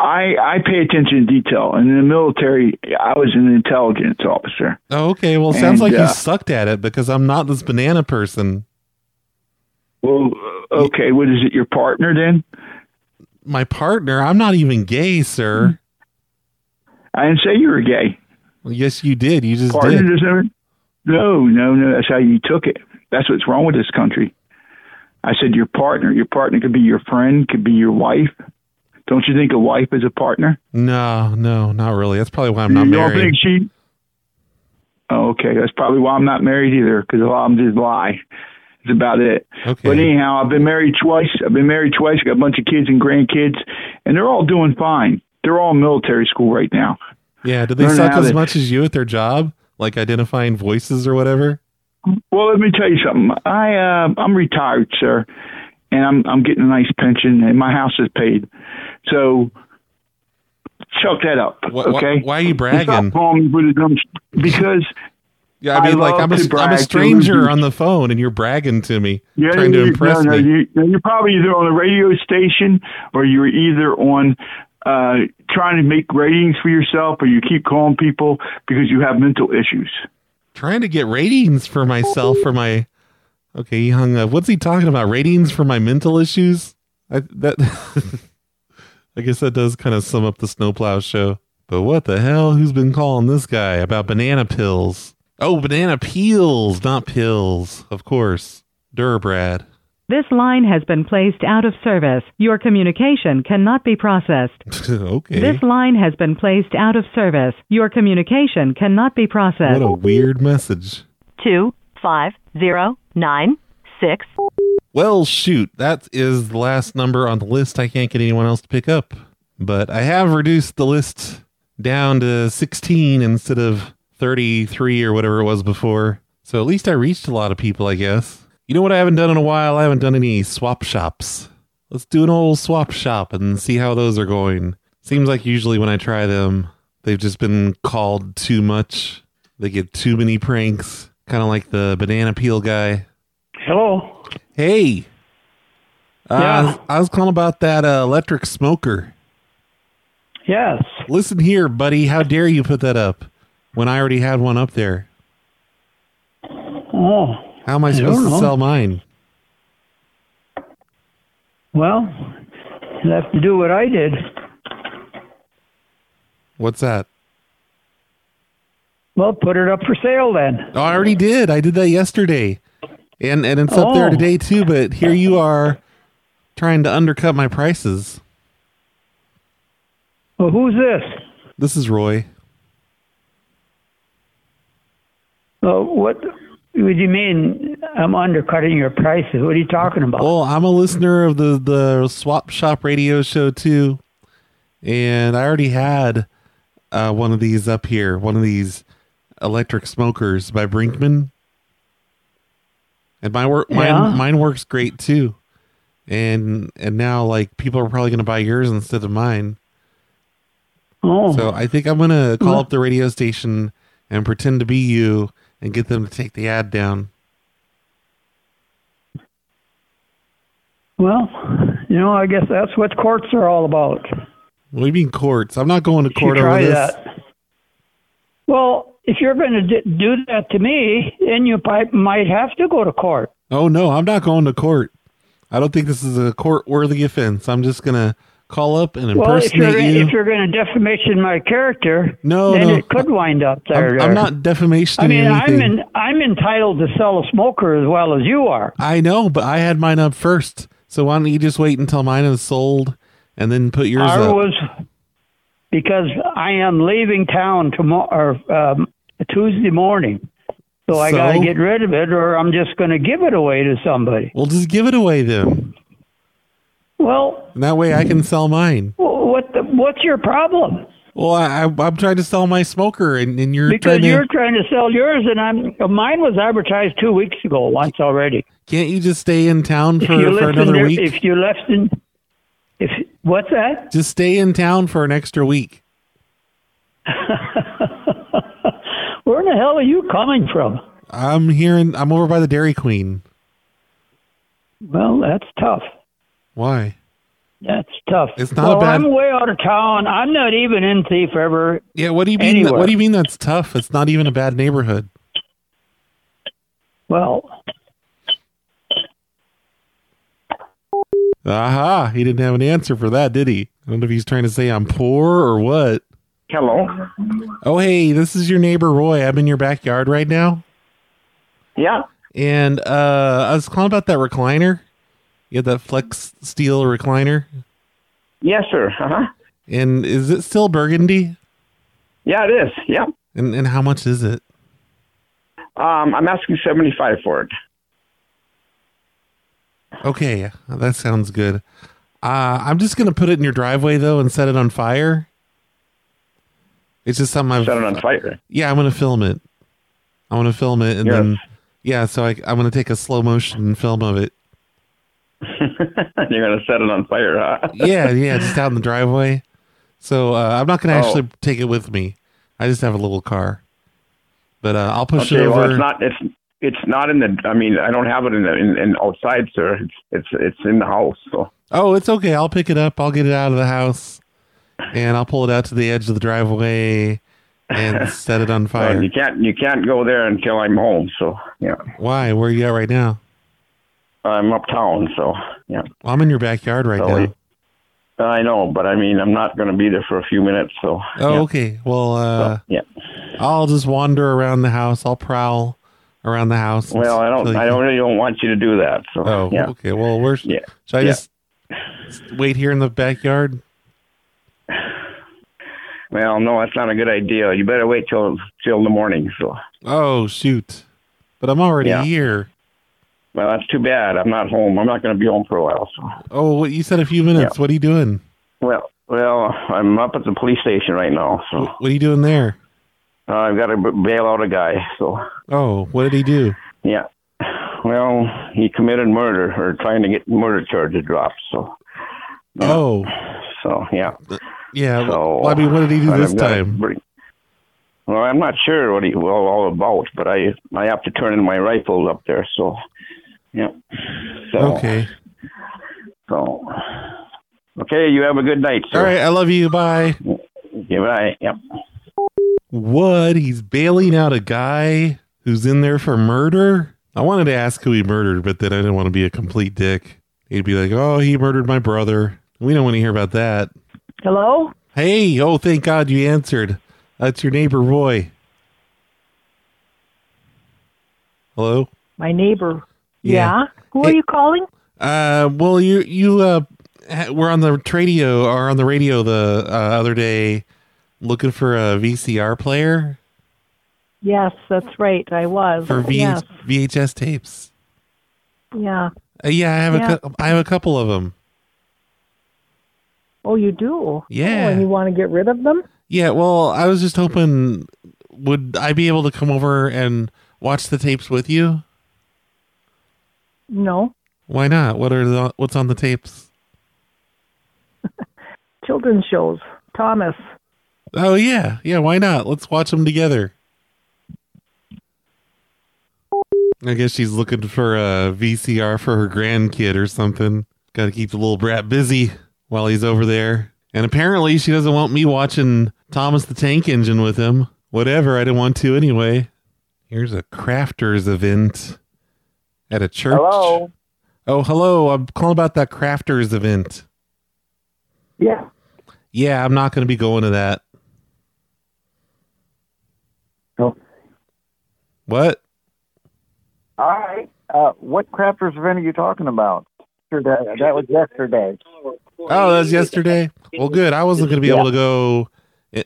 Speaker 16: I I pay attention to detail, and in the military, I was an intelligence officer.
Speaker 6: Oh, okay. Well, it sounds
Speaker 16: And,
Speaker 6: like
Speaker 16: uh,
Speaker 6: you sucked at it because I'm not this banana person.
Speaker 16: Well, uh, okay. What is it? Your partner then?
Speaker 6: My partner? I'm not even gay, sir.
Speaker 16: I didn't say you were gay.
Speaker 6: Well, yes, you did. You just
Speaker 16: Partner
Speaker 6: did.
Speaker 16: does never. No, no, no. That's how you took it. That's what's wrong with this country. I said your partner. Your partner could be your friend, could be your wife. Don't you think a wife is a partner?
Speaker 6: No, no, not really. That's probably why I'm not
Speaker 16: you don't
Speaker 6: married.
Speaker 16: think she? Oh, okay, that's probably why I'm not married either, because a lot of them just lie. That's about it.
Speaker 6: Okay.
Speaker 16: But anyhow, I've been married twice. I've been married twice. Got a bunch of kids and grandkids, and they're all doing fine. They're all in military school right now.
Speaker 6: yeah, did they
Speaker 16: Learn
Speaker 6: suck
Speaker 16: how
Speaker 6: as
Speaker 16: to-
Speaker 6: much as you at their job? Like identifying voices or whatever?
Speaker 16: Well, let me tell you something. I uh, I'm retired, sir, and I'm I'm getting a nice pension, and my house is paid. So chuck that up,
Speaker 6: Wh- wh-
Speaker 16: okay?
Speaker 6: why are you
Speaker 16: And
Speaker 6: bragging?
Speaker 16: Stop calling me with a dumb because
Speaker 6: Yeah, I mean, like
Speaker 16: love
Speaker 6: I'm a,
Speaker 16: to
Speaker 6: am a
Speaker 16: brag to
Speaker 6: stranger
Speaker 16: losers.
Speaker 6: on the phone and you're bragging to me,
Speaker 16: Yeah,
Speaker 6: trying
Speaker 16: you,
Speaker 6: to impress
Speaker 16: no, no,
Speaker 6: me.
Speaker 16: You, no, you're probably either on a radio station or you're either on uh, trying to make ratings for yourself, or you keep calling people because you have mental issues.
Speaker 6: trying to get ratings for myself for my. Okay, he hung up. What's he talking about? Ratings for my mental issues? I that. I guess that does kind of sum up the snowplow show. But what the hell? Who's been calling this guy about banana pills? Oh, banana peels, not pills, of course. Durbrad.
Speaker 17: This line has been placed out of service. Your communication cannot be processed.
Speaker 6: okay.
Speaker 17: This line has been placed out of service. Your communication cannot be processed.
Speaker 6: what a weird message.
Speaker 17: Two five zero nine six.
Speaker 6: Well, shoot, that is the last number on the list. I can't get anyone else to pick up, but I have reduced the list down to 16 instead of 33 or whatever it was before. So at least I reached a lot of people, I guess. You know what I haven't done in a while? I haven't done any swap shops. Let's do an old swap shop and see how those are going. Seems like usually when I try them, they've just been called too much. They get too many pranks, kind of like the banana peel guy.
Speaker 18: Hello.
Speaker 6: Hey. Uh,
Speaker 18: Yeah.
Speaker 6: I was calling about that uh, electric smoker.
Speaker 18: Yes.
Speaker 6: Listen here, buddy. How dare you put that up when I already had one up there?
Speaker 18: Oh,
Speaker 6: How am I
Speaker 18: I
Speaker 6: supposed
Speaker 18: don't
Speaker 6: to
Speaker 18: know.
Speaker 6: sell mine?
Speaker 18: well, you'll have to do what I did.
Speaker 6: What's that?
Speaker 18: Well, put it up for sale then.
Speaker 6: Oh, I already did. I did that yesterday. And and it's up there
Speaker 18: Oh.
Speaker 6: today too, but here you are trying to undercut my prices.
Speaker 18: Well, who's this?
Speaker 6: This is Roy.
Speaker 18: Uh, what, what do you mean I'm undercutting your prices? What are you talking about?
Speaker 6: Well, Oh, I'm a listener of the the Swap Shop radio show too, and I already had uh, one of these up here, one of these electric smokers by Brinkman, and my work
Speaker 18: Yeah.
Speaker 6: mine mine works great too, and and now like people are probably going to buy yours instead of mine.
Speaker 18: Oh.
Speaker 6: So I think I'm going to call up the radio station and pretend to be you and get them to take the ad down.
Speaker 18: Well, you know, I guess that's what courts are all about.
Speaker 6: What do you mean courts? I'm not going to
Speaker 18: should
Speaker 6: court over
Speaker 18: try
Speaker 6: this.
Speaker 18: that. Well, if you're going to d- do that to me, then you pi- might have to go to court.
Speaker 6: Oh no, I'm not going to court. I don't think this is a court-worthy offense. I'm just gonna call up and
Speaker 18: Well, if
Speaker 6: impersonate
Speaker 18: you're gonna,
Speaker 6: you.
Speaker 18: if you're going to defamation my character,
Speaker 6: No,
Speaker 18: then
Speaker 6: no.
Speaker 18: it could wind up there.
Speaker 6: I'm, I'm not defamation.
Speaker 18: I mean,
Speaker 6: anything.
Speaker 18: I'm in, I'm entitled to sell a smoker as well as you are.
Speaker 6: I know, but I had mine up first. So why don't you just wait until mine is sold and then put yours
Speaker 18: I
Speaker 6: up?
Speaker 18: was because I am leaving town tomorrow or um, Tuesday morning, so, I
Speaker 6: So?
Speaker 18: got to get rid of it, or I'm just going to give it away to somebody.
Speaker 6: Well, just give it away then.
Speaker 18: Well,
Speaker 6: And that way I can sell mine.
Speaker 18: wh- what the, what's your problem?
Speaker 6: Well, I, I, I'm trying to sell my smoker, and, and you're
Speaker 18: Because
Speaker 6: trying to.
Speaker 18: you're trying to sell yours, and I'm mine was advertised two weeks ago once already.
Speaker 6: Can't you just stay in town for,
Speaker 18: if you
Speaker 6: for
Speaker 18: left
Speaker 6: another
Speaker 18: in there-
Speaker 6: week?
Speaker 18: if you left in, if what's that?
Speaker 6: just stay in town for an extra week.
Speaker 18: Where in the hell are you coming from?
Speaker 6: I'm here, in, I'm over by the Dairy Queen.
Speaker 18: Well, that's tough.
Speaker 6: Why?
Speaker 18: That's tough.
Speaker 6: It's not
Speaker 18: well,
Speaker 6: a bad.
Speaker 18: I'm way out of town. I'm not even in Thief River.
Speaker 6: yeah. What do you mean?
Speaker 18: anywhere.
Speaker 6: What do you mean that's tough? It's not even a bad neighborhood.
Speaker 18: Well,
Speaker 6: Aha! He didn't have an answer for that, did he? I don't know if he's trying to say I'm poor or what.
Speaker 8: Hello.
Speaker 6: Oh, hey, this is your neighbor Roy. I'm in your backyard right now.
Speaker 8: Yeah.
Speaker 6: And uh, I was calling about that recliner. You had that flex steel recliner.
Speaker 8: Yes, sir. Uh huh.
Speaker 6: And is it still burgundy?
Speaker 8: Yeah, it is. Yeah.
Speaker 6: And and how much is it?
Speaker 8: Um, I'm asking 75 for it.
Speaker 6: Okay, that sounds good. Uh, I'm just gonna put it in your driveway though and set it on fire. It's just something I've
Speaker 8: Set it on fire.
Speaker 6: Yeah, I'm gonna film it. I'm gonna film it and
Speaker 8: Yes.
Speaker 6: then yeah. So I, I'm gonna take a slow motion film of it.
Speaker 8: You're going to set it on fire, huh?
Speaker 6: yeah, yeah, just out in the driveway. So uh, I'm not going to
Speaker 8: Oh.
Speaker 6: actually take it with me. I just have a little car, but uh, I'll push
Speaker 8: okay,
Speaker 6: it over.
Speaker 8: Well, it's not. It's it's not in the. I mean, I don't have it in the in, in outside, sir. It's it's it's in the house. So
Speaker 6: oh, it's okay. I'll pick it up. I'll get it out of the house, and I'll pull it out to the edge of the driveway and set it on
Speaker 8: Well,
Speaker 6: fire.
Speaker 8: you can't you can't go there until I'm home. So yeah,
Speaker 6: Why? Where are you at right now?
Speaker 8: I'm uptown. So yeah,
Speaker 6: Well, I'm in your backyard right
Speaker 8: So,
Speaker 6: now.
Speaker 8: I know, but I mean, I'm not going to be there for a few minutes. So
Speaker 6: Oh,
Speaker 8: yeah.
Speaker 6: okay. Well, uh,
Speaker 8: yeah.
Speaker 6: I'll just wander around the house. I'll prowl around the house.
Speaker 8: Well, I don't.
Speaker 6: until you-
Speaker 8: I don't really don't want you to do that. So
Speaker 6: Oh,
Speaker 8: yeah.
Speaker 6: okay. Well, where's
Speaker 8: Yeah.
Speaker 6: should I
Speaker 8: Yeah.
Speaker 6: just wait here in the backyard?
Speaker 8: Well, no, that's not a good idea. You better wait till till the morning. So
Speaker 6: Oh shoot! But I'm already
Speaker 8: Yeah.
Speaker 6: here.
Speaker 8: well, that's too bad. I'm not home. I'm not going to be home for a while. So
Speaker 6: Oh, what you said a few minutes. What are you doing?
Speaker 8: well, well, I'm up at the police station right now. So
Speaker 6: What are you doing there?
Speaker 8: uh, I've got to b- bail out a guy. So
Speaker 6: Oh, what did he do?
Speaker 8: yeah. Well, he committed murder or trying to get murder charges dropped. So
Speaker 6: Oh,
Speaker 8: so yeah.
Speaker 6: yeah.
Speaker 8: So,
Speaker 6: well, I mean, what did he do
Speaker 8: I've
Speaker 6: this
Speaker 8: got a
Speaker 6: time?
Speaker 8: pretty- well, I'm not sure what he well all about, but I I have to turn in my rifle up there. So yeah. So,
Speaker 6: okay.
Speaker 8: So, okay, you have a good night, sir.
Speaker 6: All right. I love you. Bye.
Speaker 8: Goodbye. Yep.
Speaker 6: What? He's bailing out a guy who's in there for murder? I wanted to ask who he murdered, but then I didn't want to be a complete dick. He'd be like, "Oh, he murdered my brother." We don't want to hear about that.
Speaker 19: Hello?
Speaker 6: Hey, oh, thank God you answered. That's your neighbor Roy. Hello.
Speaker 19: My neighbor.
Speaker 6: Yeah.
Speaker 19: Yeah. Who are you calling?
Speaker 6: Uh, well, you you uh, ha- were on the radio or on the radio the uh, other day looking for a VCR player
Speaker 19: Yes, that's right. I was.
Speaker 6: for v-
Speaker 19: yes.
Speaker 6: VHS tapes.
Speaker 19: Yeah.
Speaker 6: Uh, yeah, I have
Speaker 19: Yeah.
Speaker 6: a cou- I have a couple of them.
Speaker 19: Oh, you do?
Speaker 6: Yeah.
Speaker 19: Oh, and you want to get rid of them?
Speaker 6: Yeah, well, I was just hoping would I be able to come over and watch the tapes with you?
Speaker 19: No.
Speaker 6: Why not? What are the what's on the tapes?
Speaker 19: Children's shows. Thomas.
Speaker 6: Oh yeah, yeah. Why not? Let's watch them together. I guess she's looking for a VCR for her grandkid or something. Got to keep the little brat busy while he's over there. And apparently, she doesn't want me watching Thomas the Tank Engine with him. Whatever, I didn't want to anyway. Here's a crafters event at a church.
Speaker 12: Hello?
Speaker 6: Oh, hello. I'm calling about that crafters event.
Speaker 12: Yeah.
Speaker 6: Yeah, I'm not going to be going to that.
Speaker 12: No.
Speaker 6: What?
Speaker 12: All right. Uh, what crafters event are you talking about? Sure, That, that was yesterday.
Speaker 6: Oh, that was yesterday. Well, good. I wasn't going to be able to go,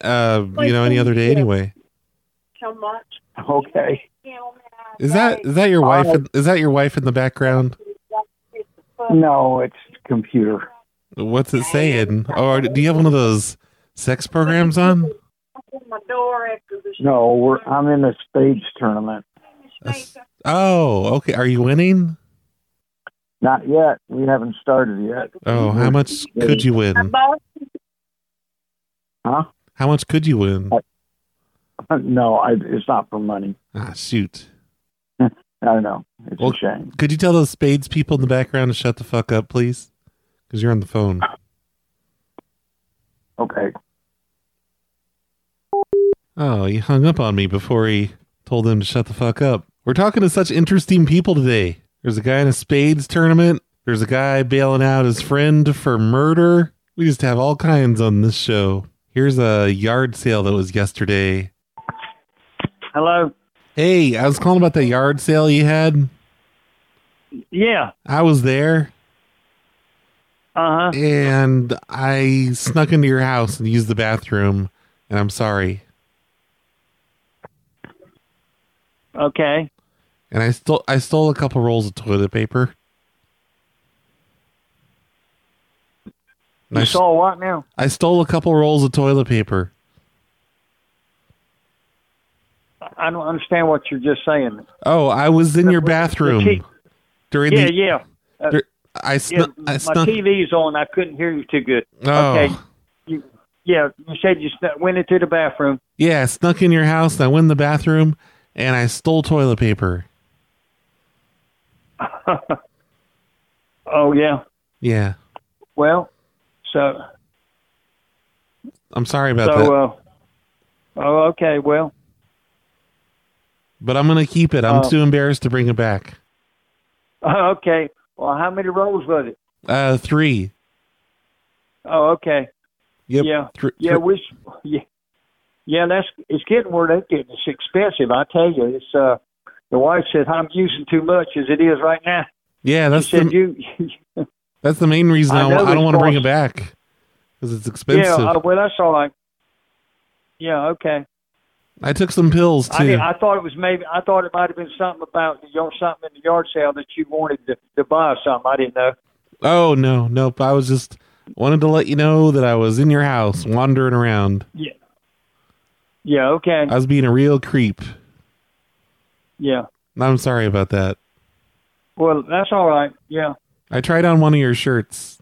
Speaker 6: uh, you know, any other day anyway.
Speaker 12: So much. Okay.
Speaker 6: Is that is
Speaker 12: Uh,
Speaker 6: that your wife? in- Is that your wife in the background?
Speaker 12: No, it's computer.
Speaker 6: What's it saying? Or do you have one of those sex programs on?
Speaker 12: No, we're, I'm in a spades tournament.
Speaker 6: Oh, okay. Are you winning?
Speaker 12: Not yet. We haven't started yet.
Speaker 6: Oh, how much could you win?
Speaker 12: Huh? Uh,
Speaker 6: How much could you win?
Speaker 12: No, I, it's not for money.
Speaker 6: Ah, shoot.
Speaker 12: I know. It's
Speaker 6: Well,
Speaker 12: a shame.
Speaker 6: Could you tell those spades people in the background to shut the fuck up, please? Because you're on the phone.
Speaker 12: Okay.
Speaker 6: Oh, he hung up on me before he told them to shut the fuck up. We're talking to such interesting people today. There's a guy in a spades tournament. There's a guy bailing out his friend for murder. We just have all kinds on this show. Here's a yard sale that was yesterday.
Speaker 12: Hello.
Speaker 6: Hey, I was calling about that yard sale you had.
Speaker 12: Yeah.
Speaker 6: I was there.
Speaker 12: Uh huh.
Speaker 6: And I snuck into your house and used the bathroom, and I'm sorry.
Speaker 12: Okay.
Speaker 6: And I stole I stole a couple rolls of toilet paper.
Speaker 12: You
Speaker 6: Nice.
Speaker 12: saw what now?
Speaker 6: I stole a couple rolls of toilet paper.
Speaker 12: I don't understand what you're just saying.
Speaker 6: Oh, I was in your bathroom
Speaker 12: key-
Speaker 6: during
Speaker 12: yeah,
Speaker 6: the
Speaker 12: yeah. Uh,
Speaker 6: dur- I snuck.
Speaker 12: yeah,
Speaker 6: I
Speaker 12: my
Speaker 6: snuck.
Speaker 12: TV's on. I couldn't hear you too good.
Speaker 6: Oh.
Speaker 12: Okay. You, yeah, you said you sn- went into the bathroom.
Speaker 6: Yeah, I snuck in your house. And I went in the bathroom and I stole toilet paper.
Speaker 12: Oh yeah.
Speaker 6: Yeah,
Speaker 12: Well, so
Speaker 6: I'm sorry about that,
Speaker 12: so. Uh, oh, okay. Well,
Speaker 6: but I'm gonna keep it. I'm
Speaker 12: Oh.
Speaker 6: too embarrassed to bring it back.
Speaker 12: oh, okay. Well, how many rolls was it?
Speaker 6: Uh, three.
Speaker 12: Oh, okay.
Speaker 6: Yep.
Speaker 12: Yeah.
Speaker 6: Thr-
Speaker 12: yeah.
Speaker 6: thr-
Speaker 12: We. s- Yeah. Yeah. That's. It's getting where that's getting. It's expensive. I tell you. It's. uh The wife said I'm using too much as it is right now.
Speaker 6: Yeah, that's
Speaker 12: She said
Speaker 6: the
Speaker 12: you.
Speaker 6: that's the main reason
Speaker 12: I
Speaker 6: I,
Speaker 12: know
Speaker 6: wa- I
Speaker 12: it's
Speaker 6: don't want to bring it
Speaker 12: cost-
Speaker 6: back because it's expensive.
Speaker 12: Yeah. Uh, well, that's all I. Yeah. Okay.
Speaker 6: I took some pills
Speaker 12: I,
Speaker 6: too.
Speaker 12: did, I thought it was maybe I thought it might have been something about your something in the yard sale that you wanted to, to buy or something. I didn't know.
Speaker 6: oh no, nope. I was just wanted to let you know that I was in your house wandering around.
Speaker 12: Yeah. Yeah. Okay.
Speaker 6: I was being a real creep.
Speaker 12: yeah.
Speaker 6: I'm sorry about that.
Speaker 12: Well, that's all right. Yeah.
Speaker 6: I tried on one of your shirts.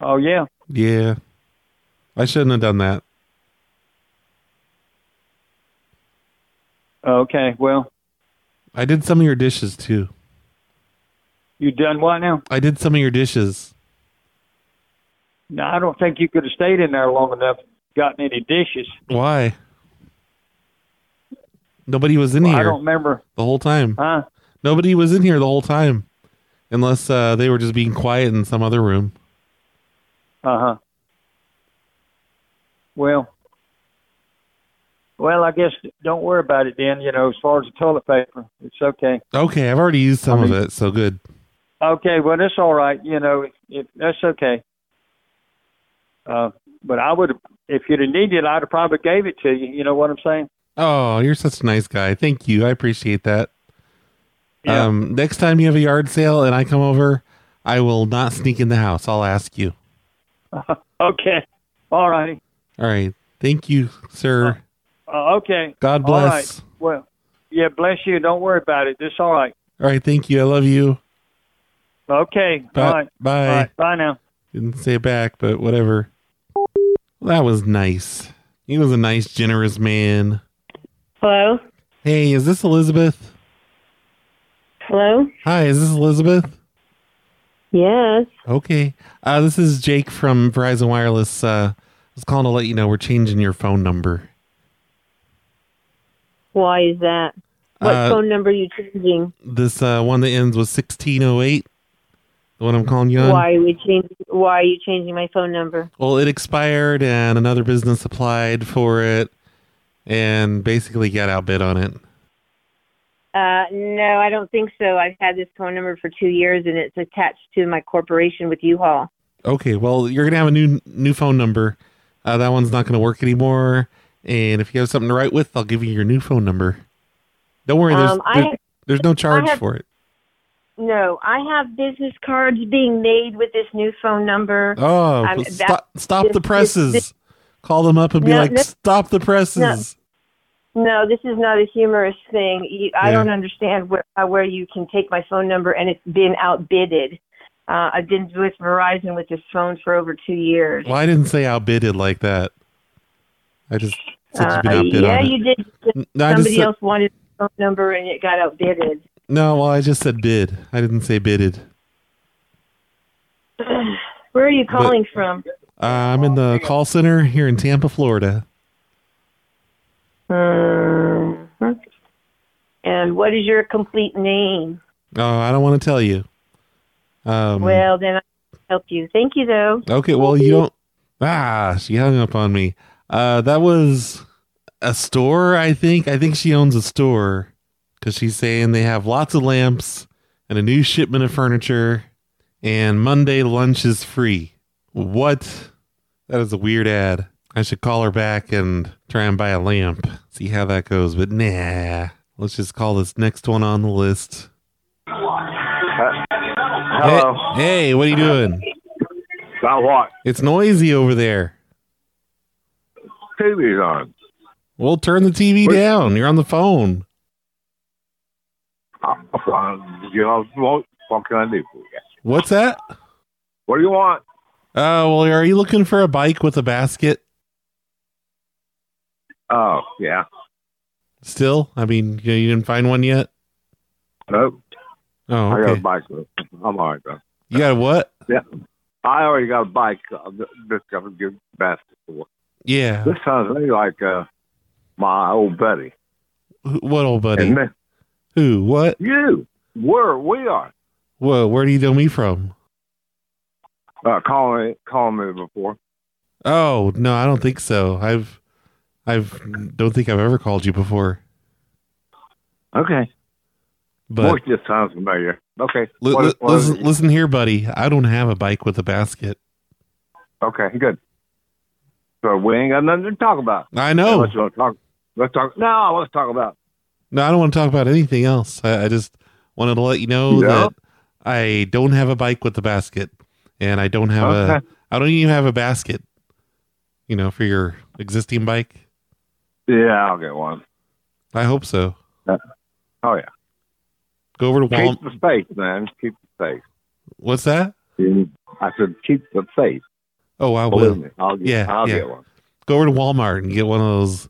Speaker 12: Oh yeah.
Speaker 6: Yeah. I shouldn't have done that.
Speaker 12: Okay. Well,
Speaker 6: I did some of your dishes too.
Speaker 12: you done what now?
Speaker 6: I did some of your dishes.
Speaker 12: No, I don't think you could have stayed in there long enough, gotten any dishes.
Speaker 6: Why? Nobody was in
Speaker 12: Well, I
Speaker 6: here
Speaker 12: don't remember.
Speaker 6: the whole time.
Speaker 12: Huh?
Speaker 6: Nobody was in here the whole time. Unless uh, they were just being quiet in some other room.
Speaker 12: Uh huh. Well. Well, I guess don't worry about it then. You know, as far as the toilet paper, it's okay.
Speaker 6: Okay, I've already used some
Speaker 12: I
Speaker 6: of
Speaker 12: mean-
Speaker 6: it, so good.
Speaker 12: Okay, well that's all right. You know, it, it, that's okay. Uh, but I would, if you'd have needed, it, I'd have probably gave it to you. You know what I'm saying?
Speaker 6: Oh, you're such a nice guy. Thank you. I appreciate that.
Speaker 12: Yeah.
Speaker 6: Um, next time you have a yard sale and I come over, I will not sneak in the house. I'll ask you.
Speaker 12: okay, all righty.
Speaker 6: All right. Thank you, sir.
Speaker 12: Uh, okay.
Speaker 6: God
Speaker 12: All
Speaker 6: bless.
Speaker 12: right. Well, yeah, bless you. Don't worry about it. It's all right.
Speaker 6: All right. Thank you. I love you.
Speaker 12: Okay.
Speaker 6: Bye.
Speaker 12: All right.
Speaker 6: Bye.
Speaker 12: All right. Bye now.
Speaker 6: Didn't say it back, but whatever. Well, that was nice. He was a nice, generous man.
Speaker 20: Hello?
Speaker 6: Hey, is this Elizabeth?
Speaker 1: Hello?
Speaker 6: Hi, is this Elizabeth?
Speaker 1: Yes.
Speaker 6: Okay. Uh, this is Jake from Verizon Wireless. Uh, I was calling to let you know we're changing your phone number.
Speaker 1: Why is that? What
Speaker 6: Uh,
Speaker 1: phone number are you changing?
Speaker 6: This uh, one that ends with 1608, the one I'm calling you on.
Speaker 1: Why are we change? Why are you changing my phone number?
Speaker 6: Well, it expired and another business applied for it and basically got outbid on it.
Speaker 1: Uh, no, I don't think so. I've had this phone number for two years, and it's attached to my corporation with U-Haul.
Speaker 6: Okay, well, you're going to have a new new phone number. Uh, that one's not going to work anymore. And if you have something to write with, I'll give you your new phone number. Don't worry, there's,
Speaker 1: Um, I
Speaker 6: there's,
Speaker 1: have-
Speaker 6: there's no charge
Speaker 1: have-
Speaker 6: for it.
Speaker 1: No, I have business cards being made with this new phone number.
Speaker 6: Oh,
Speaker 1: I'm-
Speaker 6: well,
Speaker 1: that-
Speaker 6: stop, stop
Speaker 1: this-
Speaker 6: the
Speaker 1: this-
Speaker 6: presses.
Speaker 1: this-
Speaker 6: Call them up and be
Speaker 1: No,
Speaker 6: like,
Speaker 1: no.
Speaker 6: stop the presses.
Speaker 1: no, this is not a humorous thing. You, I
Speaker 6: Yeah.
Speaker 1: don't understand where uh, where you can take my phone number and it's been outbidded. Uh, I've been with Verizon with this phone for over two years.
Speaker 6: Well, I didn't say outbidded like that. I just said
Speaker 1: Uh,
Speaker 6: you've been outbid
Speaker 1: yeah,
Speaker 6: on it.
Speaker 1: you did.
Speaker 6: no, I just
Speaker 1: Somebody
Speaker 6: said-
Speaker 1: else wanted the phone number and it got outbidded.
Speaker 6: No, well, I just said bid. I didn't say bidded.
Speaker 1: Where are you calling from?
Speaker 6: Uh, I'm in the call center here in Tampa, Florida.
Speaker 1: Mhm. And what is your complete name?
Speaker 6: Oh, I don't want to tell you. Um,
Speaker 1: well, then I can help you. Thank you, though.
Speaker 6: Okay, well, you don't. Ah, she hung up on me. Uh, that was a store, I think. I think she owns a store because she's saying they have lots of lamps and a new shipment of furniture, and Monday lunch is free. What? That is a weird ad. I should call her back and try and buy a lamp, see how that goes. But nah, let's just call this next one on the list.
Speaker 12: Uh,
Speaker 5: Hello.
Speaker 6: Hey, hey, what are you doing?
Speaker 20: About what?
Speaker 6: It's noisy over there.
Speaker 20: TV's on.
Speaker 6: Well, turn the TV down. You're on the phone.
Speaker 20: Uh, uh, you know, what, what can I do for you?
Speaker 6: What's that?
Speaker 20: What do you want?
Speaker 6: Uh, well, are you looking for a bike with a basket
Speaker 20: Oh, yeah.
Speaker 6: still? I mean, you, you didn't find one yet?
Speaker 20: Nope.
Speaker 6: Oh,
Speaker 20: I got a
Speaker 6: okay.
Speaker 20: bike. with- I'm all right, though.
Speaker 6: You got a what?
Speaker 20: Yeah. I already got a bike. uh, th- This got to give basket for.
Speaker 6: Yeah.
Speaker 20: This sounds to me like uh, my old buddy.
Speaker 6: Wh- What old buddy?
Speaker 20: And then-
Speaker 6: Who? What?
Speaker 20: You. Where we are.
Speaker 6: Whoa, where do you know me from?
Speaker 20: Uh, calling, calling me before.
Speaker 6: Oh, no, I don't think so. I've, I've, don't think I've ever called you before.
Speaker 20: Okay.
Speaker 6: But
Speaker 20: Voice just sounds familiar. Okay.
Speaker 6: li-
Speaker 20: What-
Speaker 6: li-
Speaker 20: what-
Speaker 6: listen, listen here, buddy. I don't have a bike with a basket.
Speaker 20: Okay, good. So we ain't got nothing to talk about.
Speaker 6: I know.
Speaker 20: Let's talk. Let's talk. No, let's talk about.
Speaker 6: No, I don't want to talk about anything else. I, I just wanted to let you know
Speaker 20: Yeah.
Speaker 6: that I don't have a bike with a basket, and I don't have
Speaker 20: Okay.
Speaker 6: a. I don't even have a basket. You know, for your existing bike.
Speaker 20: Yeah, I'll get one.
Speaker 6: I hope so.
Speaker 20: Oh yeah.
Speaker 6: Go over to Walmart.
Speaker 20: Keep the faith, man. Keep the faith.
Speaker 6: What's that?
Speaker 20: I said keep the faith.
Speaker 6: Oh, I
Speaker 20: Believe
Speaker 6: will.
Speaker 20: me, I'll get-
Speaker 6: yeah,
Speaker 20: I'll
Speaker 6: yeah.
Speaker 20: get one.
Speaker 6: Go over to Walmart and get one of those,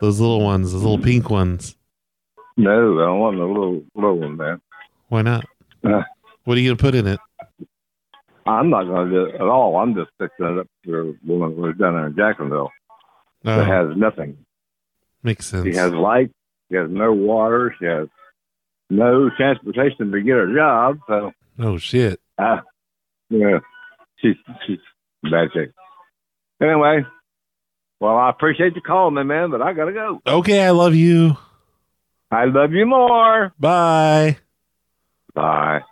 Speaker 6: those little ones, those little pink ones.
Speaker 20: No, I don't want the little little one, man.
Speaker 6: Why not?
Speaker 20: Uh.
Speaker 6: What are you gonna put in it?
Speaker 20: I'm not going to do it at all. I'm just fixing it up for a woman who's down there in Jacksonville
Speaker 6: Oh,
Speaker 20: that has nothing.
Speaker 6: makes sense.
Speaker 20: She has lights. She has no water. She has no transportation to get her job. So
Speaker 6: Oh shit.
Speaker 20: Uh, yeah, she's she's a bad chick. Anyway, well, I appreciate you calling me, man, but I gotta go.
Speaker 6: Okay, I love you.
Speaker 20: I love you more.
Speaker 6: Bye.
Speaker 20: Bye.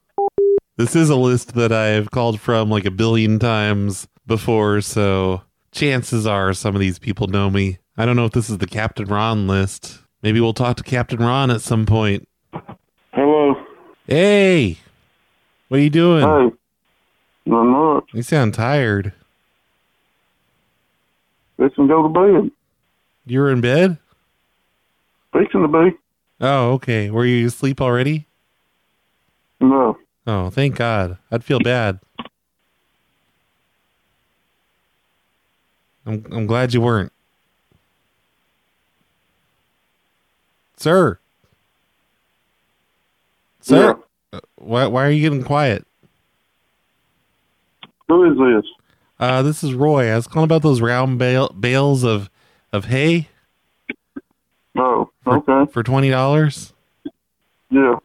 Speaker 6: This is a list that I've called from like a billion times before, so chances are some of these people know me. I don't know if this is the Captain Ron list. Maybe we'll talk to Captain Ron at some point.
Speaker 15: Hello.
Speaker 6: Hey, what are you doing?
Speaker 15: Hey. Not much.
Speaker 6: You sound tired.
Speaker 15: Fixing to go to bed.
Speaker 6: You were in bed?
Speaker 15: Fixing to be.
Speaker 6: Oh, okay. Were you asleep already?
Speaker 15: No.
Speaker 6: Oh, thank God. I'd feel bad. I'm I'm glad you weren't. Sir. Sir, uh, why why are you getting quiet?
Speaker 20: Who is this?
Speaker 6: Uh, this is Roy. I was calling about those round bale, bales of of hay.
Speaker 20: Oh,
Speaker 6: okay. For twenty dollars.
Speaker 20: Yeah.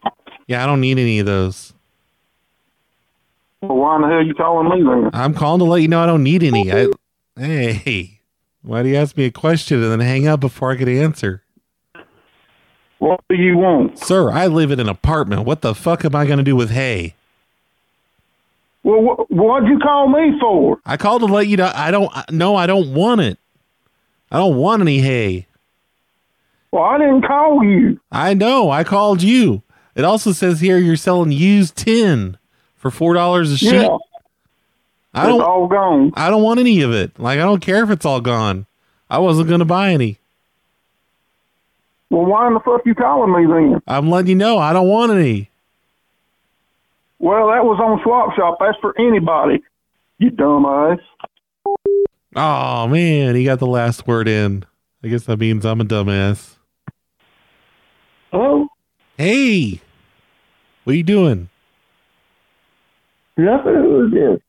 Speaker 6: Yeah, I don't need any of those.
Speaker 20: Well, why in the hell you calling me then?
Speaker 6: I'm calling to let you know I don't need any. I, hey, why do you ask me a question and then hang up before I could answer?
Speaker 20: What do you want?
Speaker 6: Sir, I live in an apartment. What the fuck am I going to do with hay?
Speaker 20: Well, wh- what'd you call me for?
Speaker 6: I called to let you know I don't I- no, I don't want it. I don't want any hay.
Speaker 20: Well, I didn't call you.
Speaker 6: I know. I called you. It also says here you're selling used tin for $4 a sheet.
Speaker 20: Yeah.
Speaker 6: I don't
Speaker 20: It's all gone.
Speaker 6: I don't want any of it. Like I don't care if it's all gone. I wasn't going to buy any.
Speaker 20: Well, why in the fuck you calling me then?
Speaker 6: I'm letting you know I don't want any.
Speaker 20: Well, that was on Swap Shop. That's for anybody. You dumbass.
Speaker 6: Oh man, he got the last word in. I guess that means I'm a dumbass.
Speaker 20: Hello?
Speaker 6: Hey, what are you doing?
Speaker 20: Nothing. Who's this?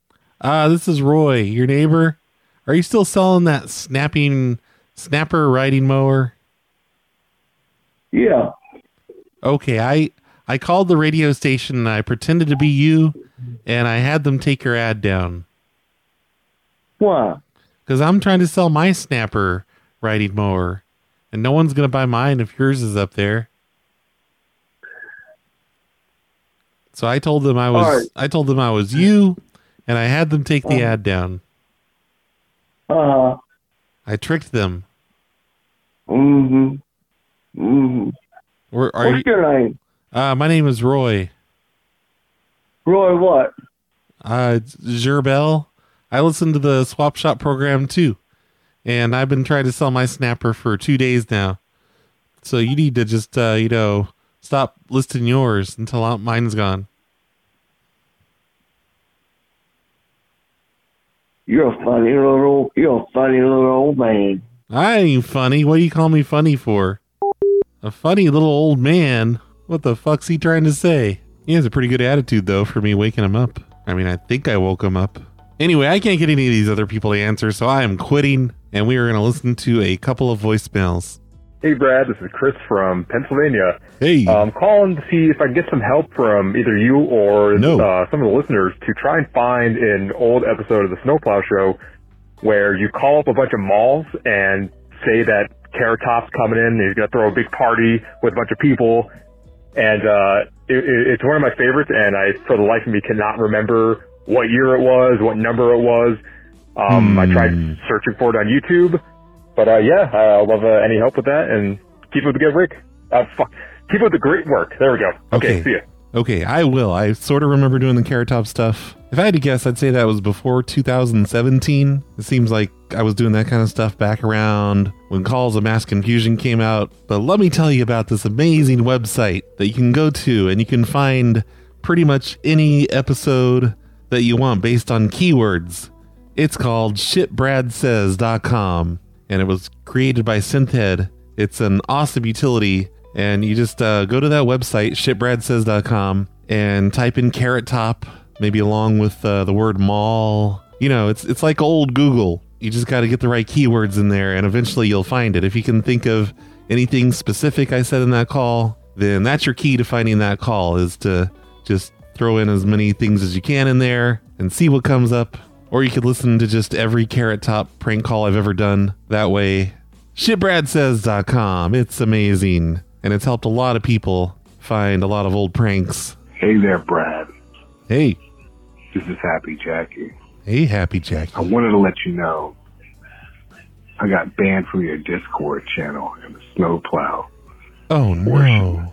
Speaker 6: Uh, this is Roy, your neighbor. Are you still selling that snapping snapper riding mower?
Speaker 20: Yeah.
Speaker 6: Okay, I I called the radio station and I pretended to be you, and I had them take your ad down
Speaker 20: Why?
Speaker 6: because I'm trying to sell my snapper riding mower, and no one's gonna buy mine if yours is up there. So I told them I was
Speaker 20: All right.
Speaker 6: I told them I was you, and I had them take
Speaker 20: Uh-huh.
Speaker 6: the ad down.
Speaker 20: Uh,
Speaker 6: I tricked them.
Speaker 20: mm-hmm. Mm-hmm.
Speaker 6: Where are
Speaker 20: What's
Speaker 6: you?
Speaker 20: your name?
Speaker 6: Uh, my name is Roy.
Speaker 20: Roy what?
Speaker 6: Uh, Gerbel. I listen to the swap shop program too, and I've been trying to sell my snapper for two days now. So you need to just uh, you know stop listing yours until uh, mine's gone.
Speaker 12: You're a funny little old, you're a funny little old man.
Speaker 6: I ain't funny. What do you call me funny for? A funny little old man. What the fuck's he trying to say? He has a pretty good attitude though for me waking him up. I mean, I think I woke him up. Anyway, I can't get any of these other people to answer, so I am quitting. And we are going to listen to a couple of voicemails.
Speaker 21: Hey, Brad. This is Chris from Pennsylvania.
Speaker 6: Hey.
Speaker 21: I'm calling to see if I can get some help from either you or
Speaker 6: No.
Speaker 21: uh, some of the listeners to try and find an old episode of the Snowplow Show where you call up a bunch of malls and say that Carrot Top's coming in and you're going to throw a big party with a bunch of people. And uh, it, it- it's one of my favorites, and I, for the life of me, cannot remember what year it was, what number it was. Um, I tried searching for it on YouTube. But uh, yeah, I love uh, any help with that, and keep up the good work. Uh, fuck, keep up the great work. There we go. Okay, see ya.
Speaker 6: Okay, I will. I sort of remember doing the Carrot Top stuff. If I had to guess, I'd say that was before 2017. It seems like I was doing that kind of stuff back around when Calls of Mass Confusion came out. But let me tell you about this amazing website that you can go to and you can find pretty much any episode that you want based on keywords. It's called shitbradsays.com and it was created by Synthead. It's an awesome utility and you just uh, go to that website shitbradsays.com and type in carrot top maybe along with uh, the word mall. You know, it's it's like old Google. You just got to get the right keywords in there and eventually you'll find it. If you can think of anything specific I said in that call, then that's your key to finding that call is to just throw in as many things as you can in there and see what comes up. Or you could listen to just every Carrot Top prank call I've ever done. That way, shitbradsays.com. It's amazing. And it's helped a lot of people find a lot of old pranks.
Speaker 20: Hey there, Brad.
Speaker 6: Hey,
Speaker 20: This is Happy Jackie.
Speaker 6: hey, Happy Jack.
Speaker 20: I wanted to let you know I got banned from your Discord channel and the snowplow
Speaker 6: Oh, no.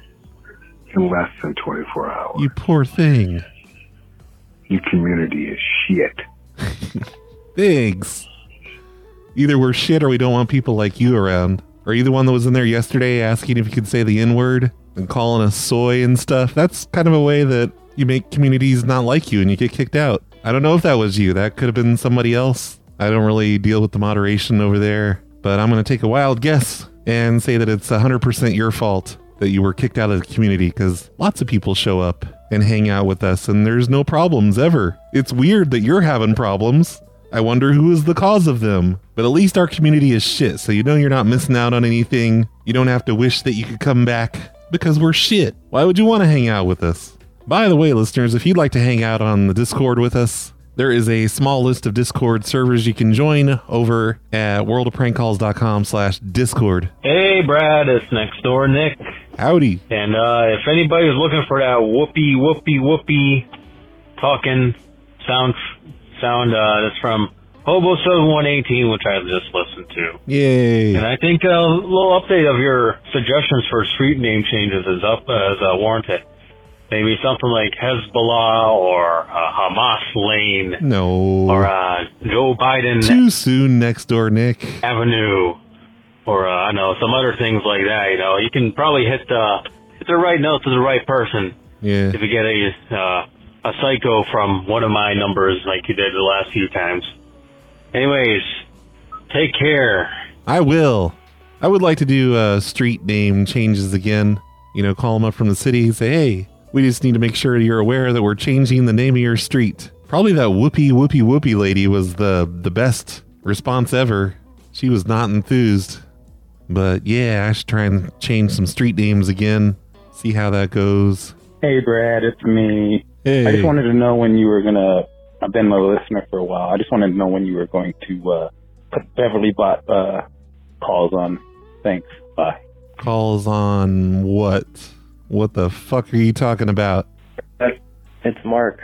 Speaker 20: in less than 24 hours.
Speaker 6: You poor thing.
Speaker 20: Your community is shit.
Speaker 6: Thanks. Either we're shit or we don't want people like you around. Or you the one that was in there yesterday asking if you could say the N word and calling us soy and stuff. That's kind of a way that you make communities not like you and you get kicked out. I don't know if that was you. That could have been somebody else. I don't really deal with the moderation over there, but I'm going to take a wild guess and say that it's 100% your fault that you were kicked out of the community because lots of people show up and hang out with us and there's no problems ever. It's weird that you're having problems. I wonder who is the cause of them. But at least our community is shit, so you know you're not missing out on anything. You don't have to wish that you could come back because we're shit. Why would you want to hang out with us? By the way, listeners, if you'd like to hang out on the Discord with us, there is a small list of Discord servers you can join over at worldofprankcalls.com slash Discord.
Speaker 7: Hey, Brad, it's next door Nick.
Speaker 6: Howdy.
Speaker 7: And uh, if anybody's looking for that whoopee, whoopee, whoopee talking sound, sound uh, that's from Hobo Sub 118, which I just listened to.
Speaker 6: Yay.
Speaker 7: And I think a little update of your suggestions for street name changes is up as uh, warranted. Maybe something like Hezbollah or uh, Hamas Lane
Speaker 6: No.
Speaker 7: or uh, Joe Biden
Speaker 6: Too soon, next door, Nick.
Speaker 7: Avenue, or uh, I know some other things like that. You know, you can probably hit the hit the right note to the right person
Speaker 6: Yeah.
Speaker 7: if you get a uh, a psycho from one of my numbers, like you did the last few times. Anyways, take care.
Speaker 6: I will. I would like to do uh, street name changes again. You know, call them up from the city and say, hey, we just need to make sure you're aware that we're changing the name of your street. Probably that whoopee whoopee whoopee lady was the, the best response ever. She was not enthused. But yeah, I should try and change some street names again. See how that goes.
Speaker 22: Hey, Brad, it's me.
Speaker 6: Hey.
Speaker 22: I just wanted to know when you were going to. I've been a listener for a while. I just wanted to know when you were going to uh, put Beverly Bot uh, calls on. Thanks. Bye.
Speaker 6: Calls on what? What the fuck are you talking about?
Speaker 23: It's Mark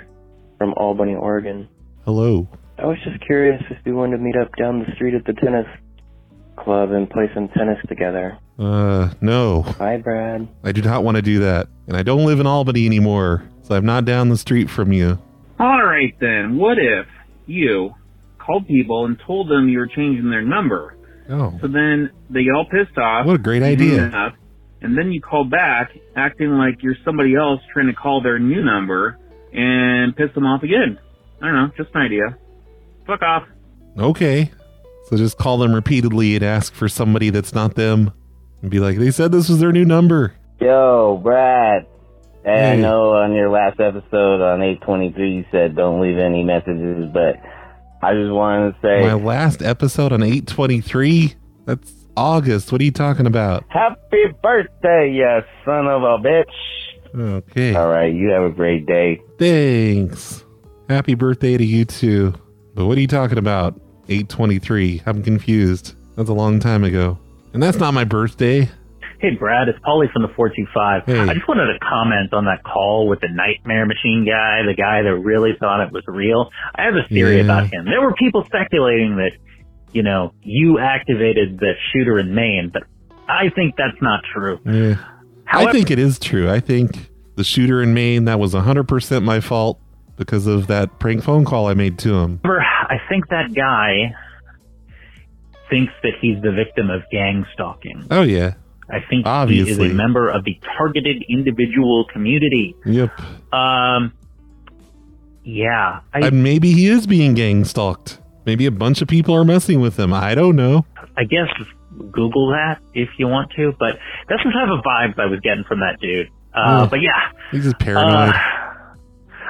Speaker 23: from Albany, Oregon.
Speaker 6: Hello.
Speaker 23: I was just curious if you wanted to meet up down the street at the tennis club and play some tennis together.
Speaker 6: Uh, no.
Speaker 23: Hi, Brad.
Speaker 6: I do not want to do that. And I don't live in Albany anymore, so I'm not down the street from you.
Speaker 24: All right then. What if you called people and told them you were changing their number?
Speaker 6: Oh.
Speaker 24: So then they get all pissed off.
Speaker 6: What a great
Speaker 24: you
Speaker 6: idea.
Speaker 24: hang up, And then you call back, acting like you're somebody else trying to call their new number and piss them off again. I don't know, just an idea. Fuck off.
Speaker 6: Okay. So just call them repeatedly and ask for somebody that's not them and be like, they said this was their new number.
Speaker 25: Yo, Brad. Hey, I
Speaker 6: Hey.
Speaker 25: know on your last episode on 823 you said don't leave any messages, but I just wanted to say
Speaker 6: My last episode on 823? That's August. What are you talking about?
Speaker 25: happy birthday, you son of a bitch.
Speaker 6: Okay.
Speaker 25: All right, you have a great day.
Speaker 6: Thanks. Happy birthday to you too. But what are you talking about? 823. I'm confused. That's a long time ago. And that's not my birthday.
Speaker 26: Hey, Brad, it's Paulie from the 425. I just wanted to comment on that call with the nightmare machine guy, the guy that really thought it was real. I have a theory
Speaker 27: Yeah.
Speaker 26: about him. There were people speculating that, you know, you activated the shooter in Maine, but I think that's not true.
Speaker 6: Yeah. Eh. I
Speaker 26: However-
Speaker 6: think it is true. I think the shooter in Maine, that was 100% my fault because of that prank phone call I made to him.
Speaker 26: However, I think that guy thinks that he's the victim of gang stalking.
Speaker 6: Oh, yeah.
Speaker 26: I think he
Speaker 6: Obviously.
Speaker 26: is a member of the targeted individual community.
Speaker 6: Yep.
Speaker 26: Um, yeah, I,
Speaker 6: and maybe he is being gang stalked. Maybe a bunch of people are messing with him. I don't know.
Speaker 26: I guess Google that if you want to, but that's the type of vibes I was getting from that dude. Uh,
Speaker 6: Yeah.
Speaker 26: But yeah,
Speaker 6: He's just paranoid.
Speaker 26: Uh,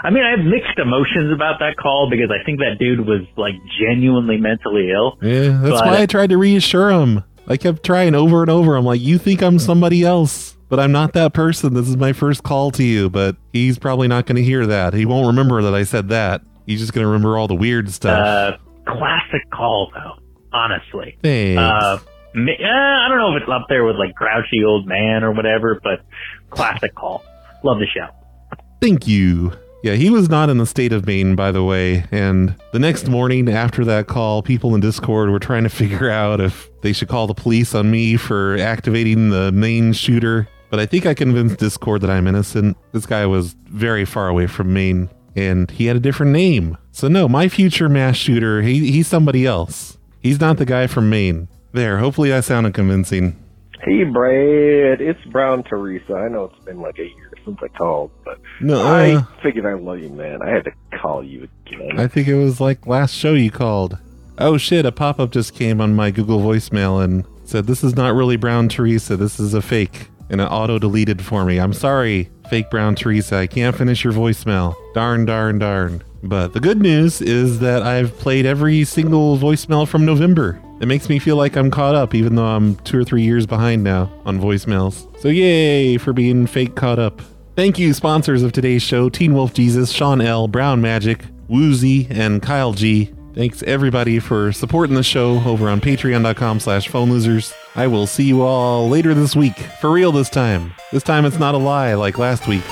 Speaker 26: I mean, I have mixed emotions about that call because I think that dude was like genuinely mentally ill.
Speaker 6: yeah, that's
Speaker 26: but-
Speaker 6: why I tried to reassure him. I kept trying over and over. I'm like, you think I'm somebody else, but I'm not that person. This is my first call to you, but he's probably not going to hear that. He won't remember that I said that. He's just going to remember all the weird stuff.
Speaker 26: Uh, classic call though, honestly.
Speaker 6: Thanks.
Speaker 26: Uh, ma- uh, I don't know if it's up there with like grouchy old man or whatever, but classic call. Love the show.
Speaker 6: Thank you. Yeah, he was not in the state of Maine, by the way. And the next morning after that call, people in Discord were trying to figure out if they should call the police on me for activating the Maine shooter. But I think I convinced Discord that I'm innocent. This guy was very far away from Maine and he had a different name. So, no, my future mass shooter, he, he's somebody else. He's not the guy from Maine. There, hopefully I sounded convincing.
Speaker 15: Hey, Brad, it's Brown Teresa. I know it's been like a year since I called, but
Speaker 6: No, uh,
Speaker 15: I figured I love you, man. I had to call you again.
Speaker 6: I think it was like last show you called. Oh shit, a pop up just came on my Google voicemail and said, This is not really Brown Teresa, this is a fake. and it auto deleted for me. I'm sorry, fake brown Teresa. I can't finish your voicemail. Darn, darn, darn. But the good news is that I've played every single voicemail from November. It makes me feel like I'm caught up, even though I'm two or three years behind now on voicemails. So, yay for being fake caught up. Thank you, sponsors of today's show Teen Wolf Jesus, Sean L., Brown Magic, Woozy, and Kyle G. Thanks everybody for supporting the show over on patreon.com slash phone losers. I will see you all later this week. For real this time. This time it's not a lie like last week.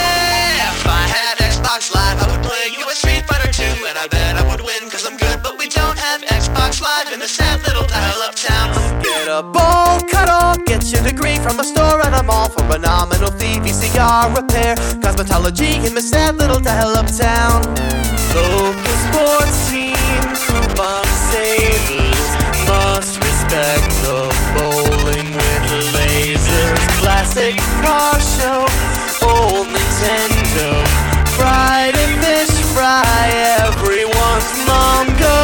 Speaker 5: If I had Xbox Live, I would play you a Street Fighter 2, and I bet I would win, cause I'm good, but we don't have Xbox Live in the sad little dial up town. Get a bowl cut off, get your degree from a store at a mall for a nominal fee, VCR repair, cosmetology in the sad little dial up town. Local sports teams, fun savers, must respect the bowling with lasers, classic car show, old Nintendo, fried and fish fry, everyone's mom go.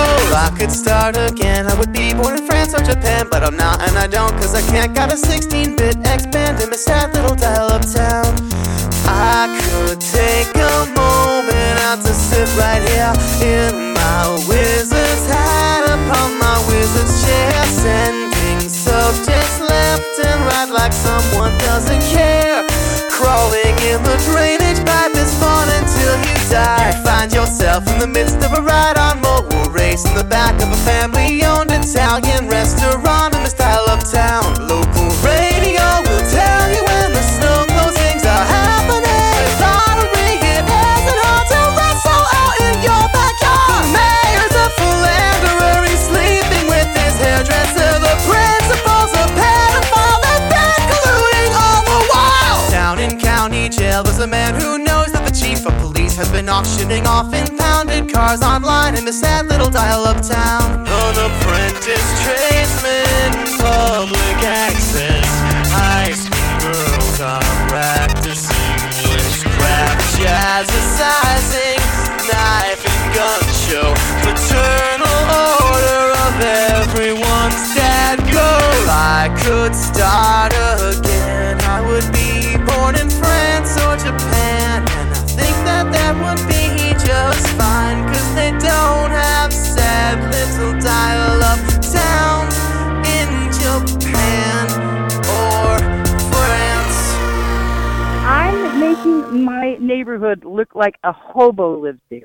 Speaker 5: I could start again, I would be born in France or Japan, but I'm not and I don't, cause I can't got a 16 bit X band in the sad little dial up town. I could take a moment out to sit right here in my wizard's hat upon my wizard's chair, sending subjects left and right like someone doesn't care. Crawling in the drainage pipe is fun until you die. You find yourself in the midst of a ride on mobile race in the back of a family-owned Italian restaurant in the style of town. Local radio will tell you when the snow closings are happening. Lottery it isn't hard to wrestle out in your backyard. The mayor's a philanderer, he's sleeping with his hairdresser. The principal's a pedophile that's been colluding all the while. Down in county jail, there's a man who knows that the chief of police has been auctioning off impounded cars online in the sad little dial-up town. An apprentice tradesman, public access, high school girls are practicing witchcraft, jazzercising, knife and gun show, paternal order of everyone's dad go. I could start again, I would be born in France or Japan, and I think that that would be just fine, cause they don't have sad little dial-up town in Japan or France.
Speaker 19: I'm making my neighborhood look like a hobo lives there.